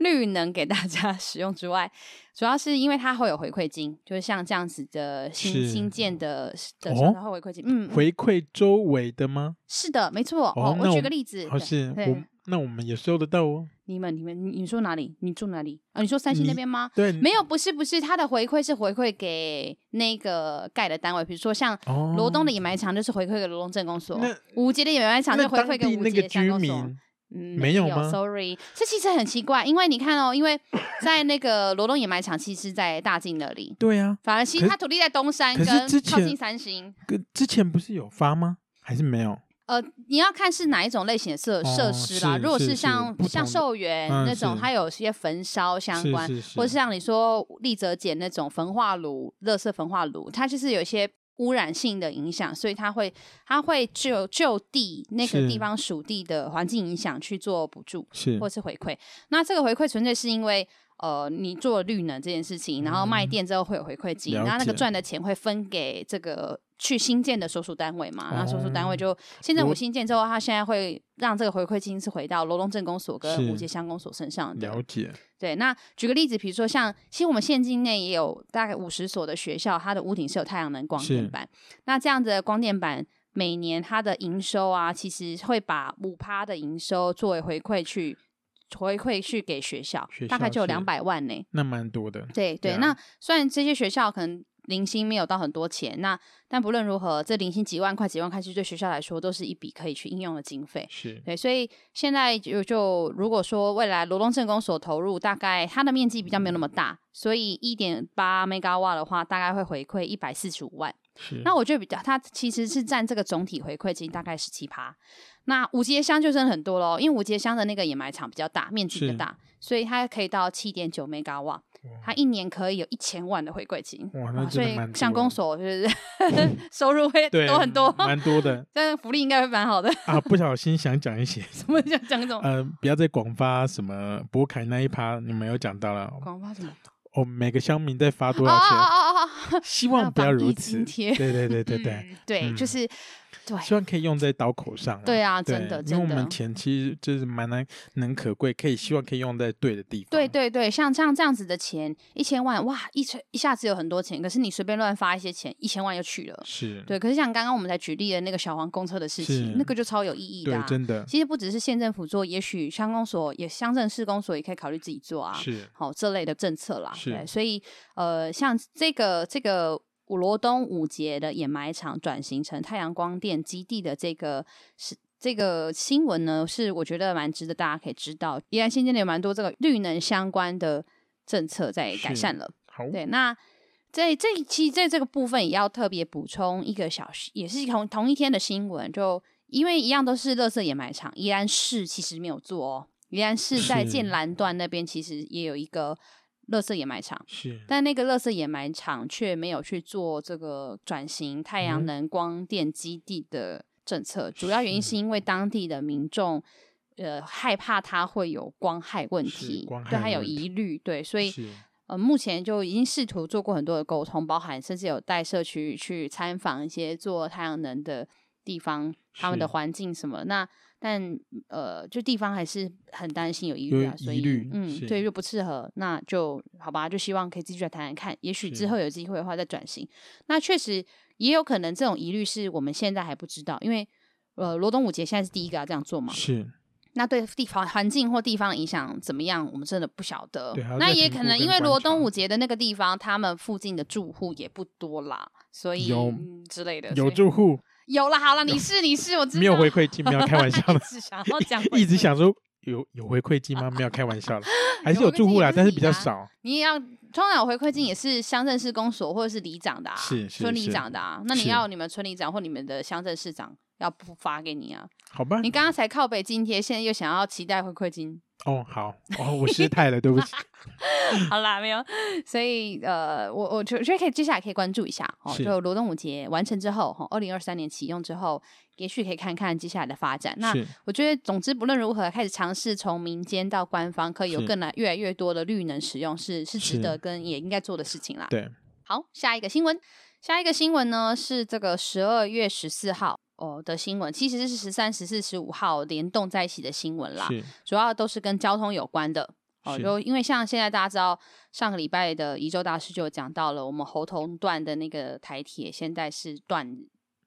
绿能给大家 使用之外，主要是因为它会有回馈金，就是像这样子的新是新建的的哦商场会回馈金，嗯，回馈周围的吗？是的，没错。哦哦，那我举我个例子，好对是对我那我们也收得到哦。你们你们你你说哪里？你住哪里？啊，你说三星那你边吗？对，没有，不是不是，它的回馈是回馈给那个盖的单位，比如说像哦，罗东的掩埋场就是回馈给罗东镇公所那，五节的掩埋场那就回馈当给地五那节个的乡居公所。民嗯，没有吗 s o r r y 这其实很奇怪，因为你看哦，因 为在那个罗东掩埋场，其实，在大靖那里，对啊，反而其实可是它土地在东山可跟是之靠近前三星。跟之前不是有发吗？还是没有？呃，你要看是哪一种类型的设设哦施啦。是如果是是是像不同像的寿园嗯那种，是它有一些焚烧相是关，是是，或是像你说丽泽姐那种焚化炉、垃圾焚化炉，它就是有一些污染性的影响，所以它会它会就就地那个是地方属地的环境影响去做补助是或是回馈。那这个回馈纯粹是因为。呃，你做了绿能这件事情，然后卖嗯电之后会有回馈金，了然后那个解赚的钱会分给这个去新建的所属单位嘛，然后所属单位哦就现在我我新建之后，他现在会让这个回馈金是回到罗龙镇公所跟是五界乡公所身上的了。解，对，那举个例子，比如说像，其实我们县境内也有大概五十所的学校，它的屋顶是有太阳能光电是板。那这样子的光电板，每年它的营收啊，其实会把五趴的营收作为回馈去回馈去给学校，学大概校就有是两百万呢、那蛮多的。对对，对啊那虽然这些学校可能零星没有到很多钱，那但不论如何，这零星几万块、几万块，其实对学校来说都是一笔可以去应用的经费。是对，所以现在就就如果说未来罗东镇公所投入，大概它的面积比较没有那么大，所以一点八 mega 瓦的话，大概会回馈一百四十五万。是，那我觉得比较，它其实是占这个总体回馈金大概十七趴。那五节乡就剩很多咯，因为五节乡的那个掩埋场比较大，面积比较是大，所以它可以到七点九 mega 瓦，它一年可以有一千万的回馈金。哇，那所真的以蛮多像公的嗯所就是 收入会对多很多，蛮多 的但是福利应该会蛮好的。啊。不小心想讲一些，怎么想讲这种？呃，不要再广发什么博凯那一趴，你们有讲到了。广发什么？哦，每个乡民在发多哦少钱？哦哦哦哦，希还有望不要防疫如津此。贴对对对对对，嗯对，就嗯是对希望可以用在刀口上啊。对啊，对，真的因为真我的们。前期就是蛮难能可贵，可以希望可以用在对的地方。对对对，像像这样子的钱，一千万哇，一千一下子有很多钱，可是你随便乱发一些钱，一千万就去了。是，对，可是像刚刚我们才举例的那个小黄公车的事情是，那个就超有意义的、对啊。真的其实不只是县政府做，也许乡公所也乡镇市公所也可以考虑自己做啊。是好这类的政策啦。是对，所以呃，像这个这个罗东五节的掩埋场转型成太阳光电基地的这个是。这个新闻呢，是我觉得蛮值得大家可以知道。依然现在有蛮多这个绿能相关的政策在改是善了。好，对，那在这一期在这个部分也要特别补充一个小时，也是同同一天的新闻，就因为一样都是乐色掩埋场，宜兰市其实没有做哦，宜兰市在是建兰段那边其实也有一个乐色掩埋场。是但那个乐色掩埋场却没有去做这个转型太阳嗯能光电基地的政策，主要原因是因为当地的民众呃害怕它会有光害问是题，光对它害有问疑题虑，对，所以是呃，目前就已经试图做过很多的沟通，包含甚至有带社区去参访一些做太阳能的地方，他们的是环境什么。那但呃，就地方还是很担心有疑有虑啊，所疑以虑嗯，是对，就不适合。那就好吧，就希望可以继续来谈谈看，也许之是后有机会的话再转型。那确实也有可能这种疑虑是我们现在还不知道，因为呃，罗东五节现在是第一个啊要这样做嘛，是那对地方环境或地方影响怎么样，我们真的不晓得对还要。那再也评可估能因跟为观罗东察五节的那个地方，他们附近的住户也不多啦，所以有嗯之类的所有以住户有啦，好啦，你是你是，我知道没有回馈金，没有开玩笑 一的，直想要讲回一直馈想说有有回馈金吗？没有开 玩笑的，还是有有回馈住金户啦，也但是是你比较啊少。你也要通常有回馈金也是乡镇市公所或者是里长的啊，是是村里是长的啊，那你是要你们村里长或你们的乡镇市长要不发给你啊，好吧你，刚刚才靠北津贴，现在又想要期待回馈金，哦，好，哦，我失态了，对不起。 好啦，没有，所以呃，我我觉觉得可以接下来可以关注一下哦，是就罗东五节完成之后，哈、哦，二零二三年启用之后，也许可以看看接下来的发展。 那是我觉得，总之不论如何，开始尝试从民间到官方，可以有是更来越来越多的绿能使用，是是值是得跟也应该做的事情啦。对，好，下一个新闻。下一个新闻呢是这个十二月十四号哦的新闻，其实是十三、十四、十五号联动在一起的新闻啦，是主要都是跟交通有关的。哦，是就因为像现在大家知道，上个礼拜的宜州大师就有讲到了，我们侯同段的那个台铁现在是断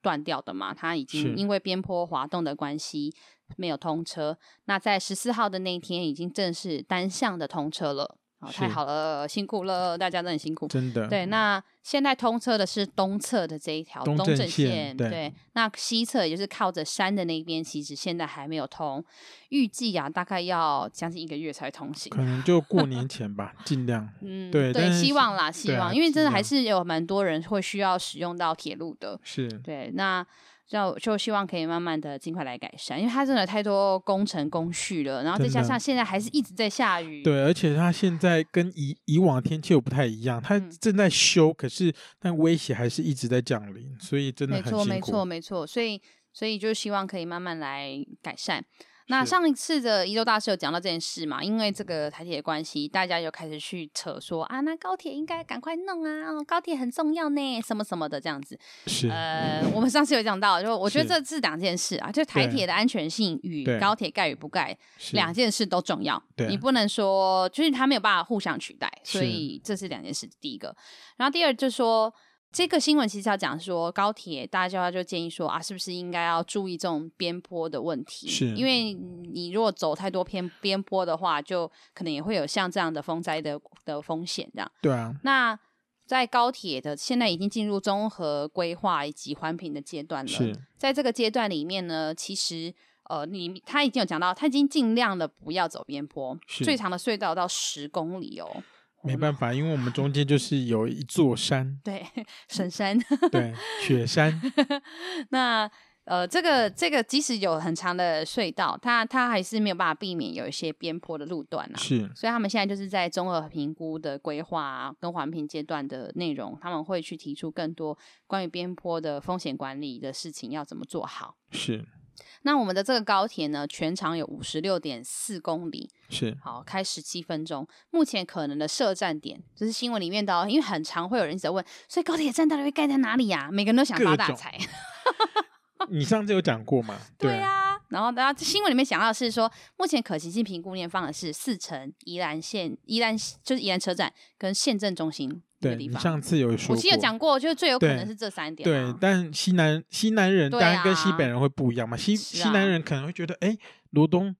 断掉的嘛，它已是经因为边坡滑动的关系没有通车。那在十四号的那一天已经正式单向的通车了。哦，太是好了，辛苦了，大家都很辛苦。真的。对，那现在通车的是东侧的这一条嗯东正正线对那西侧也就是靠着山的那一边，其实现在还没有通，预计啊大概要将近一个月才通行。可能就过年前吧，尽量。嗯，对但是希望啦，希对啊望，因为真的还尽是有蛮多人会需要使用到铁路的。是对，那就就希望可以慢慢的尽快来改善，因为它真的太多工程工序了，然后再真加的上现在还是一直在下雨。对，而且它现在跟以以往的天气又不太一样，它嗯正在修，可是但威胁还是一直在降临，所以真的没很错，辛没错，苦。没错。所以，所以就希望可以慢慢来改善。那是嗯上一次的宜州大师有讲到这件事嘛？因为这个台铁的关系，大家就开始去扯说啊，那高铁应该赶快弄啊，哦，高铁很重要呢，什么什么的这样子。是呃，我们上次有讲到，就我觉得嗯是这是两件事啊，就台对铁的安全性与对高铁盖与不盖是两件事都重要，对啊你不能说就是它没有办法互相取代，所是以这是两件事。第一个，然后第二就是说，这个新闻其实要讲说高铁，大家就建议说啊，是不是应该要注意这种边坡的问题？是因为你如果走太多偏边坡的话，就可能也会有像这样的风灾的的风险这样。对啊，那在高铁的现在已经进入综合规划以及环评的阶段了是。在这个阶段里面呢，其实呃，你他已经有讲到，他已经尽量的不要走边坡，是最长的隧道到十公里哦。，没办法，因为我们中间就是有一座山对，嗯神山。 对，雪山，那呃，这个这个即使有很长的隧道，它它还是没有办法避免有一些边坡的路段啊。是所以他们现在就是在综合评估的规划、啊、跟环评阶段的内容，他们会去提出更多关于边坡的风险管理的事情要怎么做好。是那我们的这个高铁呢，全长有五十六点四公里， 是好，开十七分钟。目前可能的设站点，就是新闻里面的、哦，因为很常会有人一直在问，所以高铁站到底会盖在哪里呀、每个人都想发各大种财，你上次有讲过嘛？对啊，呀、然后大家新闻里面讲到的是说，目前可行性评估年放的是四城、宜兰县、宜兰就是宜兰车站跟县政中心这对个地你方。上次有我说其实有过。讲过，就是最有可能对是这三点啊对嘛。，但西南西南人当对然跟西啊北人会不一样嘛。西是西南啊人可能会觉得，哎，罗东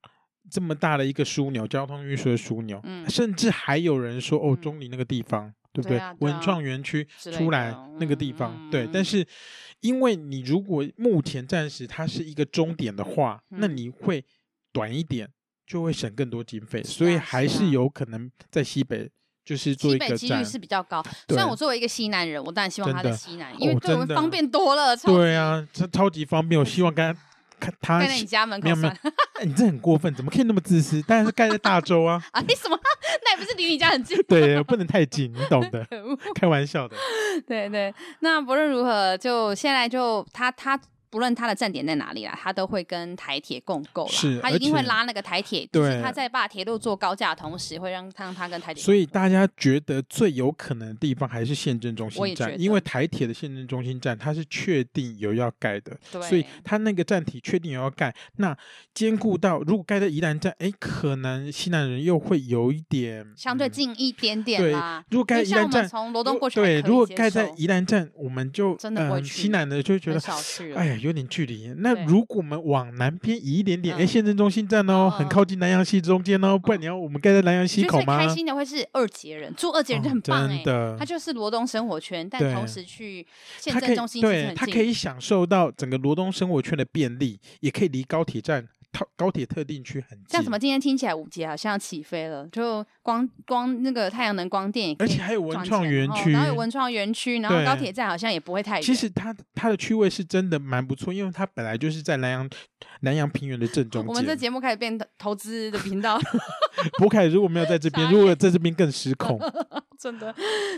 这么大的一个枢纽，交通运输的枢纽，嗯甚至还有人说，哦，嗯中里那个地方，对不对啊对啊文创园区之类出来的那个地方，对。嗯但是，因为你如果目前暂时它是一个终点的话，那嗯你会短一点，就会省更多经费，所以啊还是是啊有可能在西北就是做西一北个几率站。是比较高，虽然对我作为一个西南人，我当然希望真他在的西南，因为哦对我们真的方便多了。超对啊，这超级方便。我希望刚看他盖在你家门口没有没有算，哎你这很过分，怎么可以那么自私？当然是盖在大洲啊， 啊？为什么？ 那也不是离你家很近。 对，不能太紧，你懂的，可恶开玩笑的，对对，那不论如何，就现在就他他不论他的站点在哪里啦，他都会跟台铁共构啦，是他而一定会且拉那个台铁，就是对他在把铁路做高架的同时，会让让他跟台铁，所以大家觉得最有可能的地方还是县政中我也心觉站，得因为台铁的县政中心站它是确定有要盖的，对所以它那个站体确定有要盖。那兼顾到如果盖在宜兰站，哎，可能西南人又会有一点相对嗯近一点点对啦。如果就盖在宜像我兰们站，从罗如东过去还可对，以接受，如果盖在宜兰站，我们就真的不会嗯去西南的就会觉很得少去了，哎呀，有点距离。那对如果我们往南边移一点点，哎、嗯县政中心站哦，嗯很靠近南洋溪中间哦，不然你要我们盖在南洋觉溪得口最吗？开心的会是二节人，住二节人就哦很棒哎、真的，他就是罗东生活圈，但对同时去县他可政以中心其实对很他近可以享受到整个罗东生活圈的便利，也可以离高铁站、高高铁特定区很近。这样怎么今天听起来五节好像起飞了？就光光那个太阳能光电也可而以赚且钱，还有文创园区哦然后有文创园区，然后对高铁站好像也不会太远。其实它它的区位是真的蛮不错，因为它本来就是在南洋南洋平原的正中 我们这间。节目开始变投投资的频 道， 博凯如果没有在这边，傻如果在这边 更失控。真的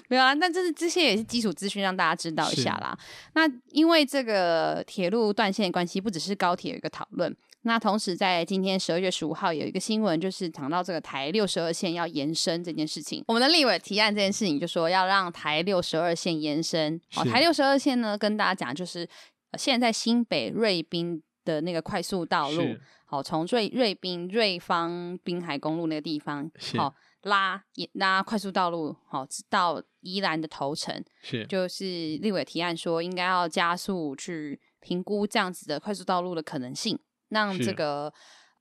没有啊。但这是这些也是基础资讯，让大家知道一是下啦。那因为这个铁路断线的关系，不只是高铁有一个讨论，那同时在今天十二月十五号有一个新闻，就是讲到这个台六十二线要延伸这件事情。我们的立委提案这件事情，就说要让台六十二线延伸。好，是台六十二线呢，跟大家讲就是、呃现在新北瑞滨的那个快速道路，是好，从瑞瑞滨瑞芳滨海公路那个地方，是好拉也拉快速道路，好到宜兰的头城，是就是立委提案说应该要加速去评估这样子的快速道路的可能性，让是这个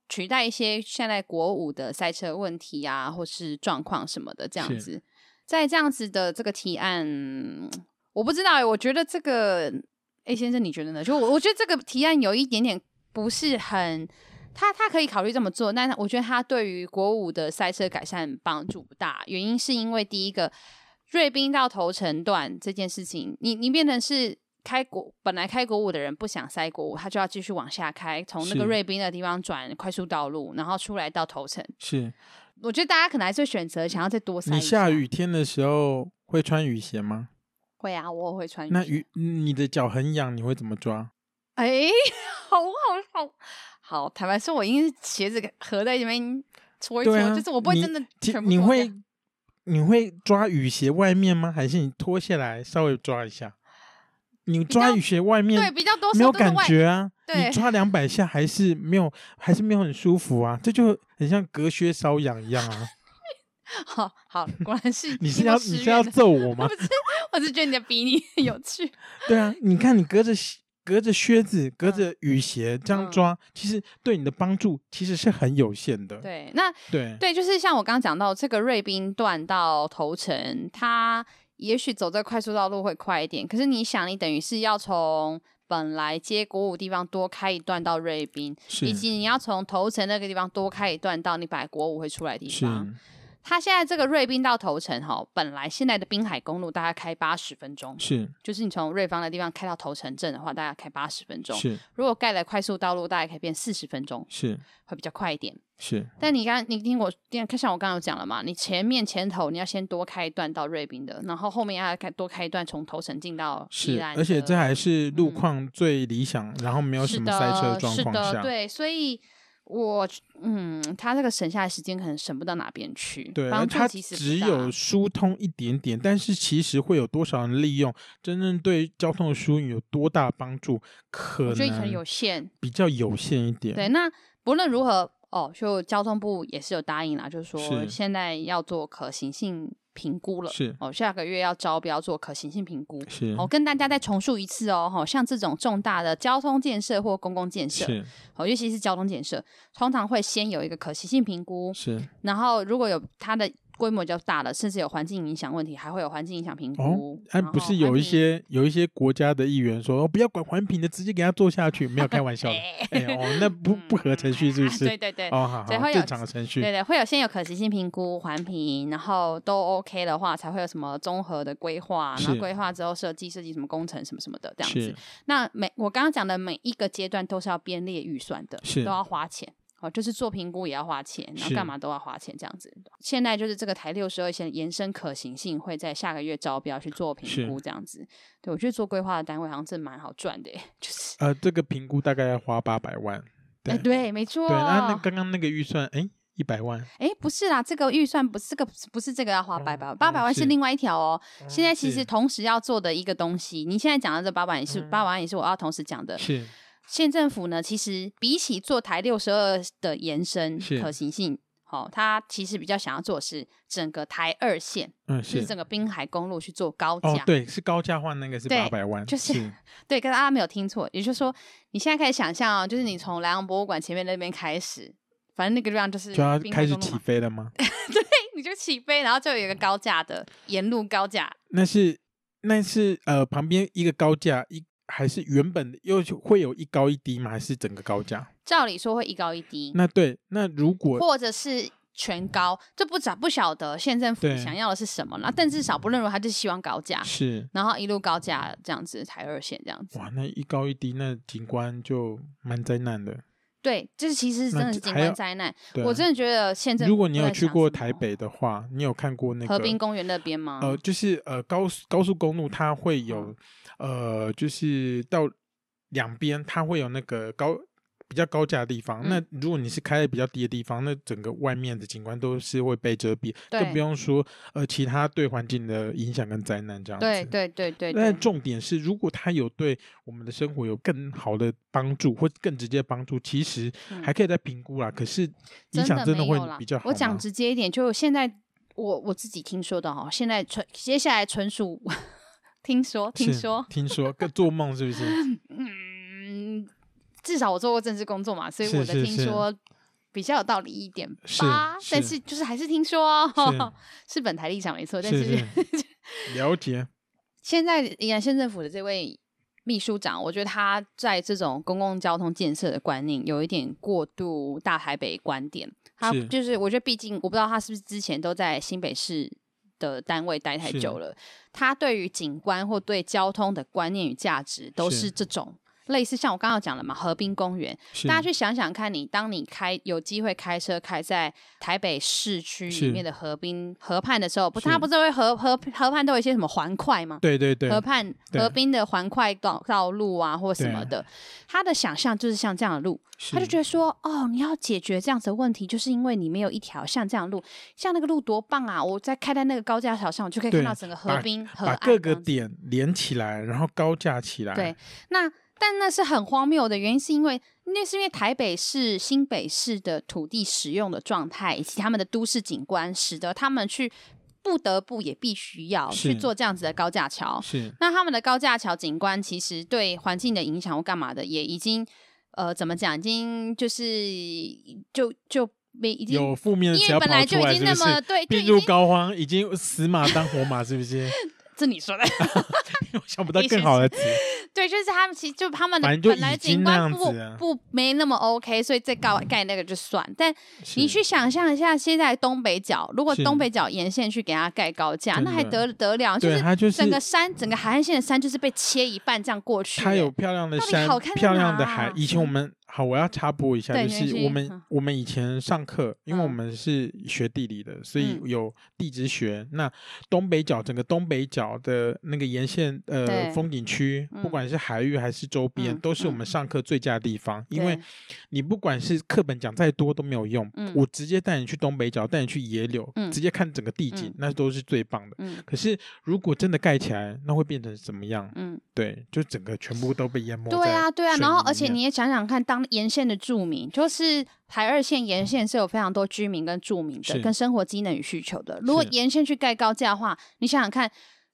取代一些现在国五的赛车问题啊，或是状况什么的这样是子。在这样子的这个提案，嗯我不知道欸、我觉得这个 A 先生你觉得呢？就我我觉得这个提案有一点点不是很。他他可以考虑这么做，但我觉得他对于国五的赛车改善帮助不大。原因是因为第一个，瑞滨到头城段这件事情，你你变成是开国本来开国五的人不想塞国五，他就要继续往下开，从那个是瑞滨的地方转快速道路，然后出来到头城。是。我觉得大家可能还是会选择想要再多塞你一下。下雨天的时候会穿雨鞋吗？会啊，我会穿雨鞋。那雨你的脚很痒，你会怎么抓？哎、好好好好，坦白说，我因为鞋子合在这边搓一搓，对啊，就是我不会你真的其全部你脱掉会你会抓雨鞋外面吗？还是你脱下来稍微抓一下？你抓较雨鞋外对面比较多时没候有都是感外觉啊？对你抓两百下还是没有，还是没有很舒服啊？这就很像隔靴搔痒一样 啊！好好，果然是你经是过要实你是验要的揍我 吗不？ 是，我是觉得你的比你 有趣。对啊，你看你隔着靴隔着靴子、隔嗯着雨鞋这样嗯抓，其实对你的帮助其实是很有限的。对，那对对，就是像我刚刚讲到这个瑞滨段到头城，它也许走在快速道路会快一点，可是你想，你等于是要从本来接国五地方多开一段到瑞滨，以是及你要从头城那个地方多开一段到你把国五会出来的地是方。它现在这个瑞滨到头城哈，本来现在的滨海公路大概开八十分钟，是就是你从瑞芳的地方开到头城镇的话，大概开八十分钟。是如果盖了快速道路，大概可以变四十分钟，是会比较快一点。是但你刚你听我，像我刚刚有讲了嘛，你前面前头你要先多开一段到瑞滨的，然后后面要开多开一段从头城进到宜是，兰的，而且这还是路嗯况最理想，然后没有什么塞车状况是的，是的，下。对，所以我嗯，他这个省下来时间可能省不到哪边去，对，而帮助它其实不只大有疏通一点点，但是其实会有多少人利用，真正对交通的疏运有多大帮助，可我觉得可能有能限，比较有限一点。对，那不论如何，哦，就交通部也是有答应啦，就是说是现在要做可行性评估了，是哦，下个月要招标做可行性评估。是我、哦、跟大家再重述一次哦，哈、像这种重大的交通建设或公共建设，是哦，尤其是交通建设，通常会先有一个可行性评估，是然后如果有它的规模比较大的，甚至有环境影响问题，还会有环境影响评估哦。，哎，然不后是有环一评些有一些国家的议员说，哦，不要管环评的，直接给他做下去，没有开 玩笑的。哎哦，那不不合程序是不啊是？对对对，哦，好所以好，会有正常的程序对。对，会有先有可行性评估、环评，然后都 OK 的话，才会有什么综合的规划，然后是规划之后设计设计什么工程什么什么的这样子是。那每我刚刚讲的每一个阶段都是要编列预算的，是都要花钱。哦，就是做评估也要花钱，然后是干嘛都要花钱，这样子。现在就是这个台六十二线延伸可行性会在下个月招标去做评是估，这样子。对我觉得做规划的单位好像真蛮好赚的耶， 就是呃，这个评估大概要花八百万。哎、对对，没错。对，啊那那刚刚那个预算，哎，一百万。哎，不是啦，这个预算不是这个不是这个要花八百万，哦八百万是是另外一条哦。现在其是嗯实同时要做的一个东西，你现在讲的这八百也是八百万也是我要同时讲的。是县政府呢，其实比起做台六十二的延伸是可行性，好、它其实比较想要做的是整个台二线，嗯就是是整个滨海公路去做高架。哦，对，是高价换那个是对八百万，就是对，跟大家没有听错，也就是说，你现在可以想象哦，就是你从莱昂博物馆前面那边开始，反正那个地方就是就要滨海开始公路起嘛，哎飞了吗？你就起飞，然后就有一个高架的沿路高架，那是那是呃，旁边一个高架一。还是原本的又会有一高一低吗？还是整个高架？照理说会一高一低，那对，那如果或者是全高，这不咋不晓得县政府对想要的是什么啦。但至少不论如何，他就是希望高架，是然后一路高架这样子，台二线这样子。哇，那一高一低，那景观就蛮灾难的。对，就是其实是那真的是这景还观要灾难。对我啊真的觉得县政府如果你不有在去想过什么台北的话，你有看过那个河滨公园那边吗？呃，就是呃高速高速公路，它嗯会有、呃，就是到两边它会有那个高比较高价的地方。嗯那如果你是开在比较低的地方，那整个外面的景观都是会被遮蔽，对更不用说呃其他对环境的影响跟灾难这样子。对对对对但对，重点是，如果它有对我们的生活有更好的帮助，或更直接的帮助，其实嗯还可以再评估啦。可是影真响的真的没会有啦比较好吗。我讲直接一点，就现在我我自己听说的哈，现在纯接下来纯属 听说听是说，听说，跟做梦是 不是？嗯，至少我做过政治工作嘛，所以是我的是听是说比较有道理一点是吧。但是是就是还是听说、哦，是是本台立场没错，但是是了解，现在宜兰县政府的这位秘书长，我觉得他在这种公共交通建设的观念有一点过度大台北观点。他是就是我觉得，毕竟我不知道他是不是之前都在新北市的单位待太是久了，他对于景观或对交通的观念与价值都是是这种。类似像我刚刚有讲了嘛，河滨公园，是大家去想想看你，当你开有机会开车开在台北市区是里面的河滨河畔的时候，不是是它不是会河河河畔都有一些什么环快吗？对对对，河畔对河滨的环快道道路啊，或什么对的，他的想象就是像这样的路，是他就觉得说，哦，你要解决这样子的问题，就是因为你没有一条像这样的路，像那个路多棒啊！我在开在那个高架桥上，我就可以看对到整个河滨河把岸各这个样子点连起来，然后高架起来。对，那但那是很荒谬的原因，是因为那是因为台北市、新北市的土地使用的状态，以及他们的都市景观，使得他们去不得不也必须要去是做这样子的高架桥。是那他们的高架桥景观其实对环境的影响或干嘛的，也已经呃怎么讲，已经就是就就没已经有负面的因词为要本来跑就出已来，经是那不么是？对，就已病入经膏肓，已经死马当活马，是不 是？这你说的 我想不到的确更好的词。对，就是他们其实就他们的反正就本来已经景那观样不子啊不没那么 OK，所以再盖盖那个就算。但你是去想象一下，现在东北角如果是东北角沿线去给它盖高架，真那还的得得了？就对，是它就是整个山，整个海岸线的山就是被切一半这样过去耶。它有漂亮的到底山好看，在漂亮的哪海啊。以前我们好，我要插播一下，对就没关是系我们嗯我们以前上课，因为我们是学地理的，所以嗯有地质学。那东北角整个东北角的那个沿线对呃风景区，不嗯管是海域还是周边，嗯都是我们上课最佳的地方，因为对你不管是课本讲再多都没有用嗯，我直接带你去东北角，带你去野柳嗯，直接看整个地景嗯，那都是最棒的。嗯可是，如果真的盖起来，那会变成怎么样？嗯，对，就整个全部都被淹没。对啊，对啊，然后而且你也想想看，当沿线的住民，就是台二线沿线是有非常多居民跟住民的，嗯是跟生活机能与需求的。如果是沿线去盖高架的话，你想想看，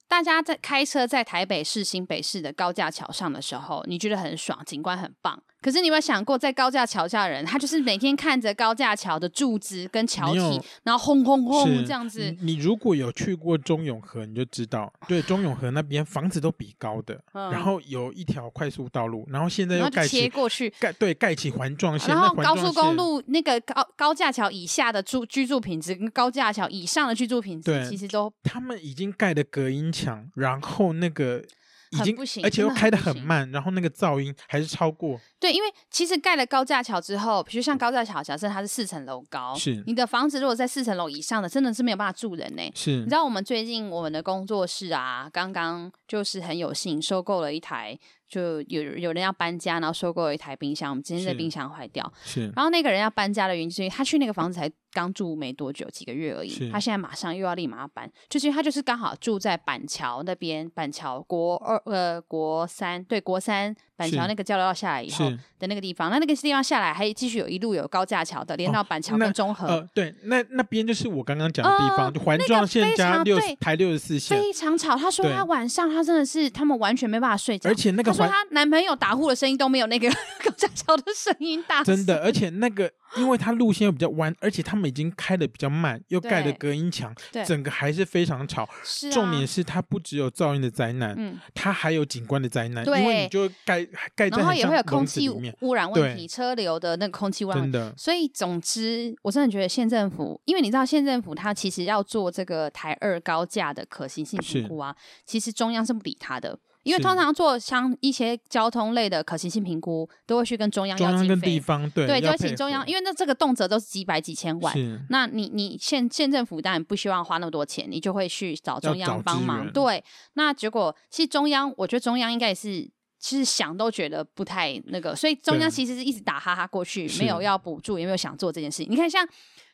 大家在开车在台北市、新北市的高架桥上的时候，你觉得很爽，景观很棒。可是你有没有想过，在高架桥下的人，他就是每天看着高架桥的柱子跟桥你体有，然后轰轰轰是这样子，你。你如果有去过中永和，你就知道，对，中永和那边房子都比高的，嗯然后有一条快速道路，然后现在然又后就盖切起过去，盖对盖起环状线，然那后环高状速公线路那个高高架桥以下的住居住品质，跟高架桥以上的居住品质，对其实都他们已经盖的隔音墙，然后那个已很经不行而且真又的很开得不很行慢，然后那个噪音还是超过，对，因为其实盖了高架桥之后，比如像高架桥，假设它是四层楼高，嗯是你的房子如果在四层楼以上的，真的是没有办法住人呢、是你知道我们最近我们的工作室啊，刚刚就是很有幸收购了一台，就有有人要搬家，然后收购了一台冰箱，我们今天这是冰箱坏掉，是然后那个人要搬家的原因，是因为他去那个房子才刚住没多久，几个月而已。是他现在马上又要立马要搬，就是因为他就是刚好住在板桥那边，板桥国二呃国三对国三板桥是那个交流道下来以后是的那个地方，那那个地方下来还继续有一路有高架桥的，连哦到板桥那跟中和，呃对，那那边就是我刚刚讲的地方，呃就环那个状线非加常六对台六十四线，非常吵。他说啊对他晚上他真的是他们完全没办法睡觉，而且那个他说环她男朋友打呼的声音都没有那个 高架桥的声音 大，真的，。而且那个因为它路线又比较弯，而且他们已经开的比较慢，又盖了对隔音墙对，整个还是非常吵。是啊，重点是它不只有噪音的灾难，嗯，它还有景观的灾难，因为对你就会盖盖在然后很也会有像空笼子气啊里污面，污染问对题、车流的那个空气污染问真题。的所以，总之，我真的觉得县政府，因为你知道县政府它其实要做这个台二高架的可行性评是估啊，其实中央是不理它的，因为通是常做像一些交通类的可行性评估，都会去跟中央中要央经跟地费，方对对，就要会请中央，因为那这个动辄都是几百几千为万。是那你你县县政府当然不希望花那么多钱，你就会去找中要找央帮资忙。源对，那结果其实中央，我觉得中央应该也是其实想都觉得不太那个，所以中央对其实是一直打哈哈过去，是没有要补助，也没有想做这件事情。你看，像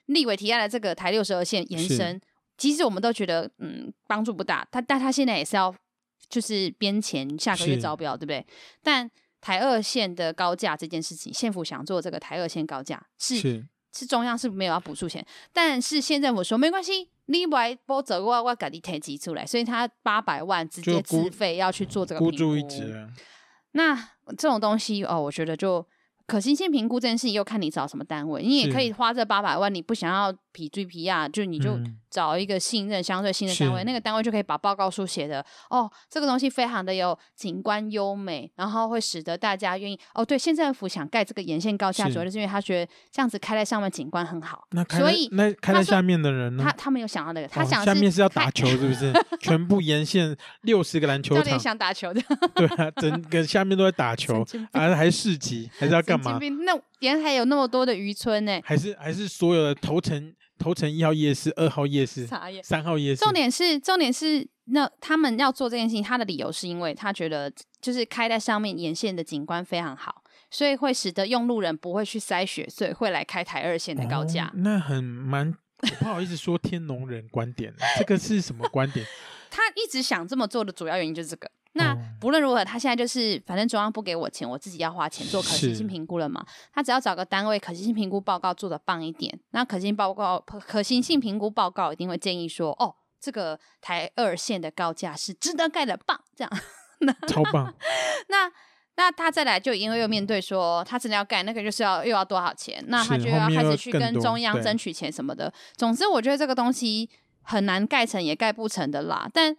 立委提案的这个台六十二线延是伸，其实我们都觉得嗯帮助不大，他但他现在也是要就是编前下个月是招标，对不对？但台二线的高架这件事情，县府想做这个台二线高架是是是中央是没有要补助钱，但是县政府说没关系，你来波走我我给你提及出来，所以他八百万直接就孤自费要去做这个孤评注一估掷啊，那这种东西哦，我觉得就可行性评估这件事情，又看你找什么单位，你也是可以花这八百万，你不想要匹追皮亚，啊就你就嗯找一个信任相对信任单位，是那个单位就可以把报告书写的哦，这个东西非常的有景观优美，然后会使得大家愿意哦。对，县政府想盖这个沿线高架，是主要就是因为他觉得这样子开在上面景观很好，那开所在以那他开在说下面的人呢他？他没有想到那个，他嗯哦想的下面是要开打球，是 不是？全部沿线六十个篮球教场练，想打球的，对啊，整个下面都在打球神，经病啊，还市集，还是要干神经嘛？病那沿海有那么多的渔村呢、还是还是所有的头城头城一号夜市、二号夜市、傻眼。三号夜市，重点是，重点是，那他们要做这件事情，他的理由是因为他觉得就是开在上面沿线的景观非常好，所以会使得用路人不会去塞雪所以会来开台二线的高架。哦那很蛮。我不好意思说天龙人 观点，这个是什么观点？他一直想这么做的主要原因就是这个。那哦不论如何，他现在就是反正中央不给我钱，我自己要花钱做可行是性评估了嘛。他只要找个单位可行性评估报告做的棒一点，那可行性报告可行性评估报告一定会建议说，哦，这个台二线的高架是值得盖的棒，这样。超 棒！那那他再来就因为又面对说他真的要盖那个就是要又要多少钱，那他是就要后面开始又去更跟多中央对争取钱什么的。总之，我觉得这个东西很难盖成也盖不成的啦。但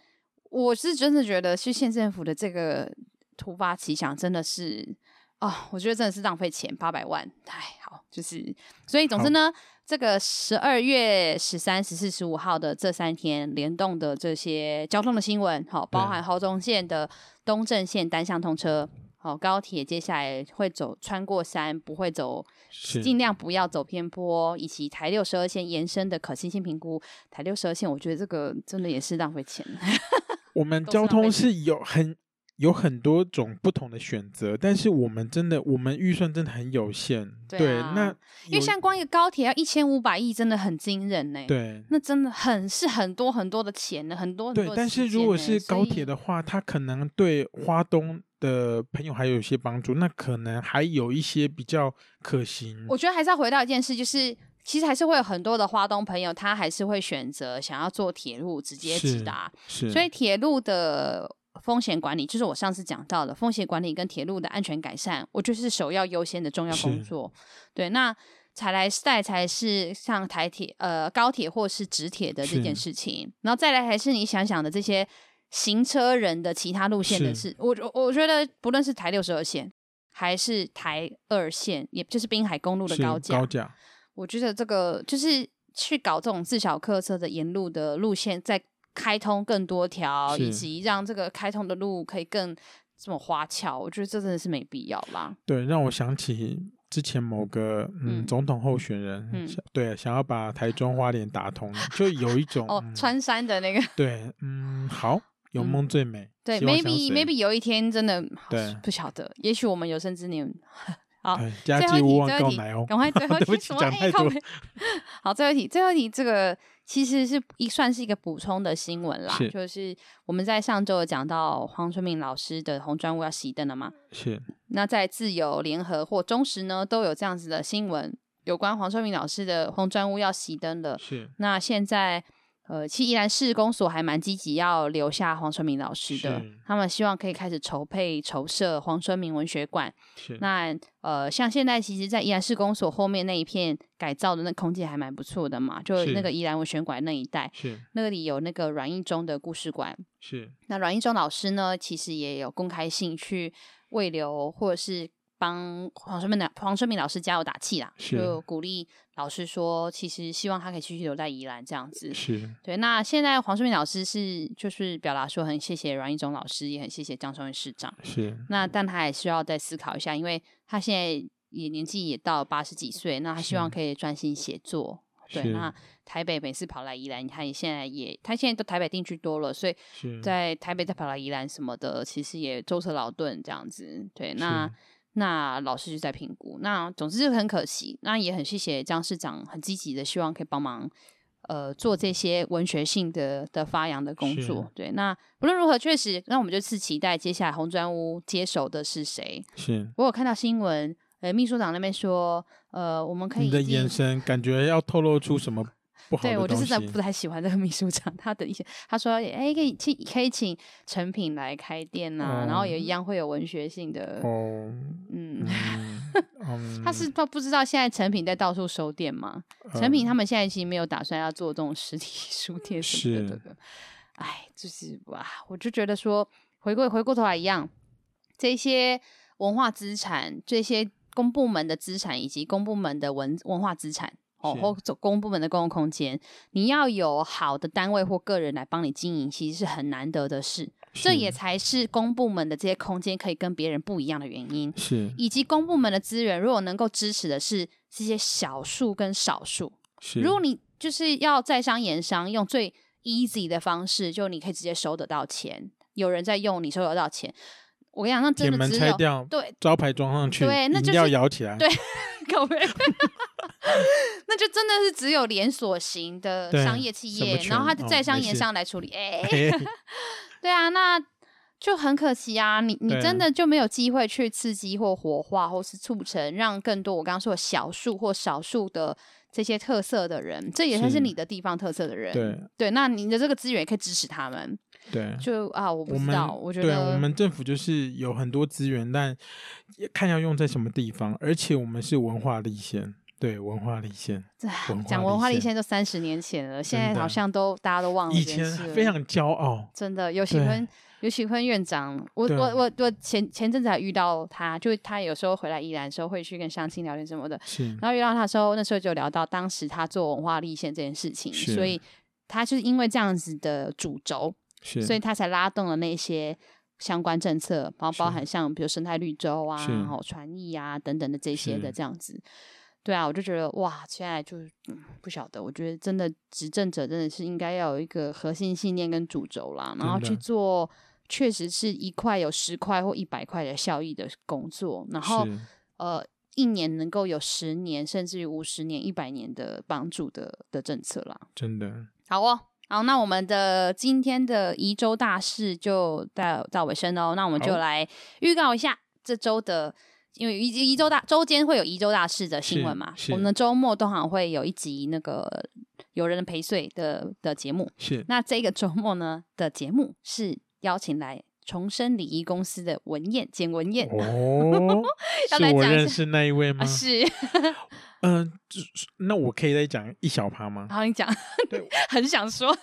我是真的觉得去县政府的这个突发奇想真的是。哦，我觉得真的是浪费钱，八百万，哎，好，就是，所以总之好呢，这个十二月十三、十四、十五号的这三天联动的这些交通的新闻，好、包对含侯中线的东正线单向通车，好、高铁接下来会走穿过山，不会走，是尽量不要走偏坡，以及台六十二线延伸的可行性评估。台六十二线，我觉得这个真的也是浪费钱。我们都是交浪费通钱是有很有很多种不同的选择，但是我们真的我们预算真的很有限。对啊那 因为有像光一个高铁要一千五百亿，真的很惊人呢、对那真的很是很多很多的钱呢，很多很多对的，但时是如间果呢是高所以铁的话，它可能对花东的朋友还有一些帮助，那可能还有一些比较可行。我觉得还是要回到一件事，就是其实还是会有很多的花东朋友，他还是会选择想要做铁路直接直是达，是，所以铁路的。风险管理就是我上次讲到的风险管理跟铁路的安全改善，我觉得是首要优先的重要工是作。对，那才来再才是像台铁、呃高铁或是直铁的这件是事情，然后再来还是你想想的这些行车人的其他路线的是事。我我我觉得不论是台六十二线还是台二线，也就是滨海公路的是高架，高架我觉得这个就是去搞这种自小客车的沿路的路线，再开通更多条，是以及让这个开通的路可以更这么花俏，我觉得这真的是没必要啦。对，让我想起。之前某个嗯嗯总统候选人，嗯想对想要把台中花莲打通，就有一种 哦，嗯穿山的那个，对，嗯，好，有嗯梦最美。对希望相，maybe 随 maybe 有一天真的对不晓得，也许我们有生之年。好，哎家最后一题祭勿忘最后告一题奶哦。赶 快最后对不一题起什么讲哎太靠多 北 好，最后一题，最后一题这个其实是一算是一个补充的新闻啦，是就是我们在上周有讲到黄春明老师的红砖屋要熄灯了嘛，是那在自由、联合或中时呢，都有这样子的新闻，有关黄春明老师的红砖屋要熄灯了。是那现在，呃，其实宜兰市公所还蛮积极要留下黄春明老师的是，他们希望可以开始筹备筹设黄春明文学馆。是，那呃，像现在其实，在宜兰市公所后面那一片改造的那空间还蛮不错的嘛，就是那个宜兰文学馆那一带，是那里有那个阮义忠的故事馆，是那阮一中老师呢，其实也有公开信去慰留或者是帮黄春明老黄春明老师加油打气啦，是就鼓励老师说，其实希望他可以继续留在宜兰这样子。是对，那现在黄春明老师是就是表达说很谢谢阮一中老师，也很谢谢张松元市长。是那但他也需要再思考一下，因为他现在也年纪也到八十几岁，那他希望是可以专心写作。对，是那台北每次跑来宜兰，你看你现在也，他现在都台北定居多了，所以是在台北再跑来宜兰什么的，其实也舟车劳顿这样子。对，那是那老师就在评估。那总之就很可惜，那也很谢谢张市长，很积极的希望可以帮忙。呃，做这些文学性的的发扬的工是作，对。那不论如何，确实，那我们就是期待接下来红砖屋接手的是谁。是，我有看到新闻，呃，秘书长那边说，呃，我们可以你的已经眼神感觉要透露出什么不好的对我就是在东西不太喜欢这个秘书长他的一些，他说哎、可以请可以请成品来开店呐、然后也一样会有文学性的，哦，嗯，嗯，嗯 他是他不知道现在成品在到处收店吗？成品嗯他们现在其实没有打算要做这种实体 书店什么的是对对，哎，就是哇，我就觉得说回过回过头来一样，这些文化资产，这些公部门的资产以及公部门的文文化资产。哦，是或者公部门的公共空间，你要有好的单位或个人来帮你经营，其实是很难得的事。这是也才是公部门的这些空间可以跟别人不一样的原因。是以及公部门的资源，如果能够支持的是这些小数跟少数，是，如果你就是要在商言商，用最 easy 的方式，就你可以直接收得到钱，有人在用，你收得到钱。我跟你讲，那铁真的门只拆有掉，对招牌装上去，对那饮就是料摇起来，对搞没， 那就真的是只有连锁型的对商业企什么业，权然后他哦在商没言事商来处 理。哎、 嘿嘿对啊，那就很可惜啊！你你对啊真的就没有机会去刺激或活化，或是促成让更多我刚刚说的小数或少数的这些特色的人，这也算是是你的地方特色的人。对那你的这个资源也可以支持他们。对。就啊，我不我知们道，我觉对我得们政府就是有很多资源，但也看要用在什么地方，而且我们是文化立县，对文化立县，这文化讲立文化力宪现在都三十年前了，现真在好的像都大家都忘了以这件前事了。非常骄傲，真的有喜对欢有喜欢院长，我对我我我前前阵子还遇到他，就是他有时候回来宜兰的时候会去跟相亲聊天什么的，是然后遇到他的时候，那时候就聊到当时他做文化立宪这件事情，是所以他就是因为这样子的主轴，是，所以他才拉动了那些相关政策，包包含像比如生态绿洲啊、是然后传艺啊等等的这些的是这样子。对啊，我就觉得哇，现在就是、嗯、不晓得，我觉得真的执政者真的是应该要有一个核心信念跟主轴啦，然后真去的做确实是一块有十块或一百块的效益的工作，然后是呃一年能够有十年甚至于五十年、一百年的帮助的的政策啦。真的好哦，好，那我们的今天的宜州大事就到到尾声喽。那我们就好来预告一下这周的，因为宜宜州大周间会有宜州大事的新闻嘛是，是我们的周末通常会有一集那个有人陪睡的的节目。是那这个周末呢的节目是邀请来重生礼仪公司的文燕简文燕、哦， 要是来我讲一认下识那一位啊，吗？是，嗯，这是那我可以再讲一小趴吗？然后你讲，对 很想说，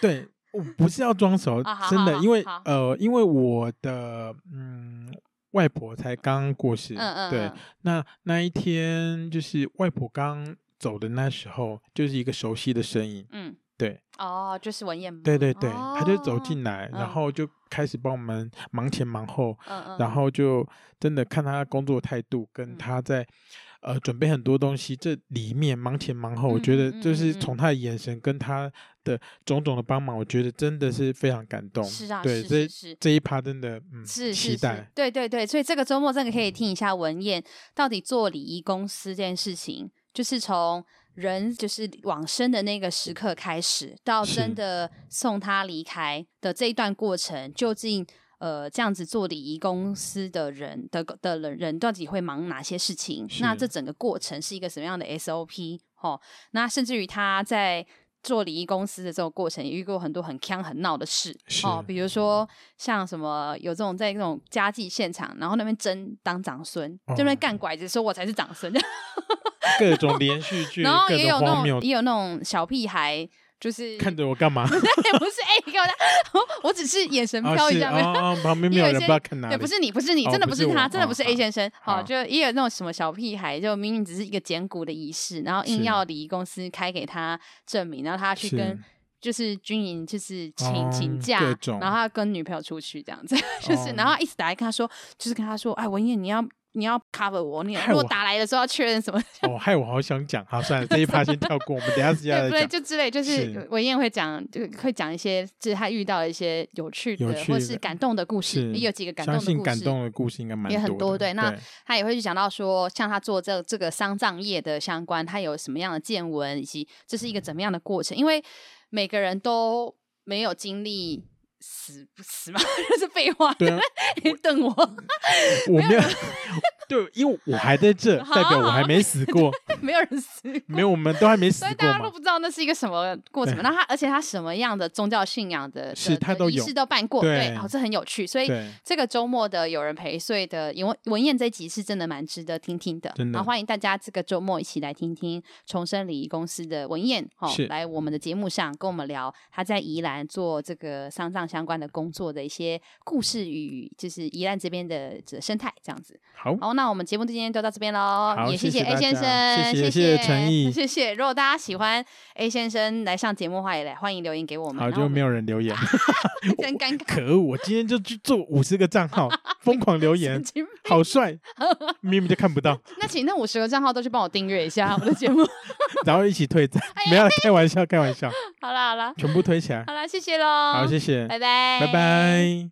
对，我不是要装熟啊好，真好的，因为好呃，因为我的嗯外婆才刚过世，嗯嗯，对嗯，那那一天就是外婆刚走的那时候，就是一个熟悉的身影，嗯，对哦，就是文燕吗，对对对，她就走哦，进来，嗯然后就开始帮我们忙前忙后，嗯嗯，然后就真的看他工作态度，跟嗯他在呃准备很多东西，这里面忙前忙后，我嗯觉得嗯就嗯是嗯从他的眼神跟他的种种的帮忙，我觉得真的是非常感动。嗯是啊，对，是是这是这一趴真的嗯，是是期是待，嗯对对对，所以这个周末真的可以听一下文燕到底做礼仪公司这件事情，就是从人就是往生的那个时刻开始，到是真的送他离开的这一段过程，究竟。呃，这样子做礼仪公司的人的的人人到底会忙哪些事情？那是这整个过程是一个什么样的 SOP？哦，那甚至于他在做礼仪公司的这种过程，也遇过很多很坑很闹的事哦是，比如说像什么有这种在那种家祭现场，然后那边争当长孙，哦这边干拐子说我才是长孙，各种连续剧，然后各也有种那荒种谬，也有那种小屁孩，就是 看着我干嘛？对，不是哎、你给我 我，我只是眼神啊飘一是下，啊没有啊，旁边没也有有一人些不知道看哪里，对，不是你，不是你，哦真的不不是是他，我真的哦不是好 A 先生。好，好就也有那种什么小屁孩，就明明只是一个简骨的仪式，然后硬是要礼仪公司开给他证明，然后他去是跟就是军营就是请、请哦假各，种然后他跟女朋友出去这样子，就是、哦然后一直打来跟他说，就是跟他说，哎，文燕你要你要 cover 我，你害如果我打来的时候要确认什么，哦，害我好想讲，好，算了，这一趴先跳过，我们等一下私下 对不再对？啊讲。就之类，就是是文燕会讲，就会讲一些，就是她遇到的一些有趣的有趣或的是感动的故事，是也有几个感动的相故信事。感动的故事应该蛮也很多多的对那他也会去讲到说，像他做这这个丧葬业的相关，他有什么样的见闻，以及这是一个怎么样的过程。因为每个人都没有经历死不死 嘛，这是废话。对啊 你瞪我， 我没有， 对，因为我还在这，代表我还没死 过，没有人 死，没有，我们都还没死所以过大家都嘛。不知道那是一个什么过程嘛。对那他而且他什么样的宗教信仰的是的他的都仪有式都办过，对对，哦，这很有趣。所以对，这个周末的有人陪睡的文文燕这集是真的蛮值得听听的，真的然后欢迎大家这个周末一起来听听重生礼仪公司的文燕哦是，来我们的节目上跟我们聊她在宜兰做这个丧葬相关的工作的一些故事与就是宜兰这边的这生态这样子。好，好，那我们节目今天就到这边喽，好也谢谢谢 A 大先家生，谢谢谢谢谢陈毅谢谢。如果大家喜欢 A 先生来上节目的话，也来欢迎留言给我们。好，然后我就们没有人留言，真 尴尬，可恶！我今天就去做五十个 账号，疯狂留言神，经病好帅，明明就看 不到，那请那五十个账号都去帮我订阅一下我的节目。然后一起退赞，哎没有开玩笑，开玩笑， 好啦好啦全部推起来。好啦，谢谢喽，好，谢谢，拜拜，拜。拜。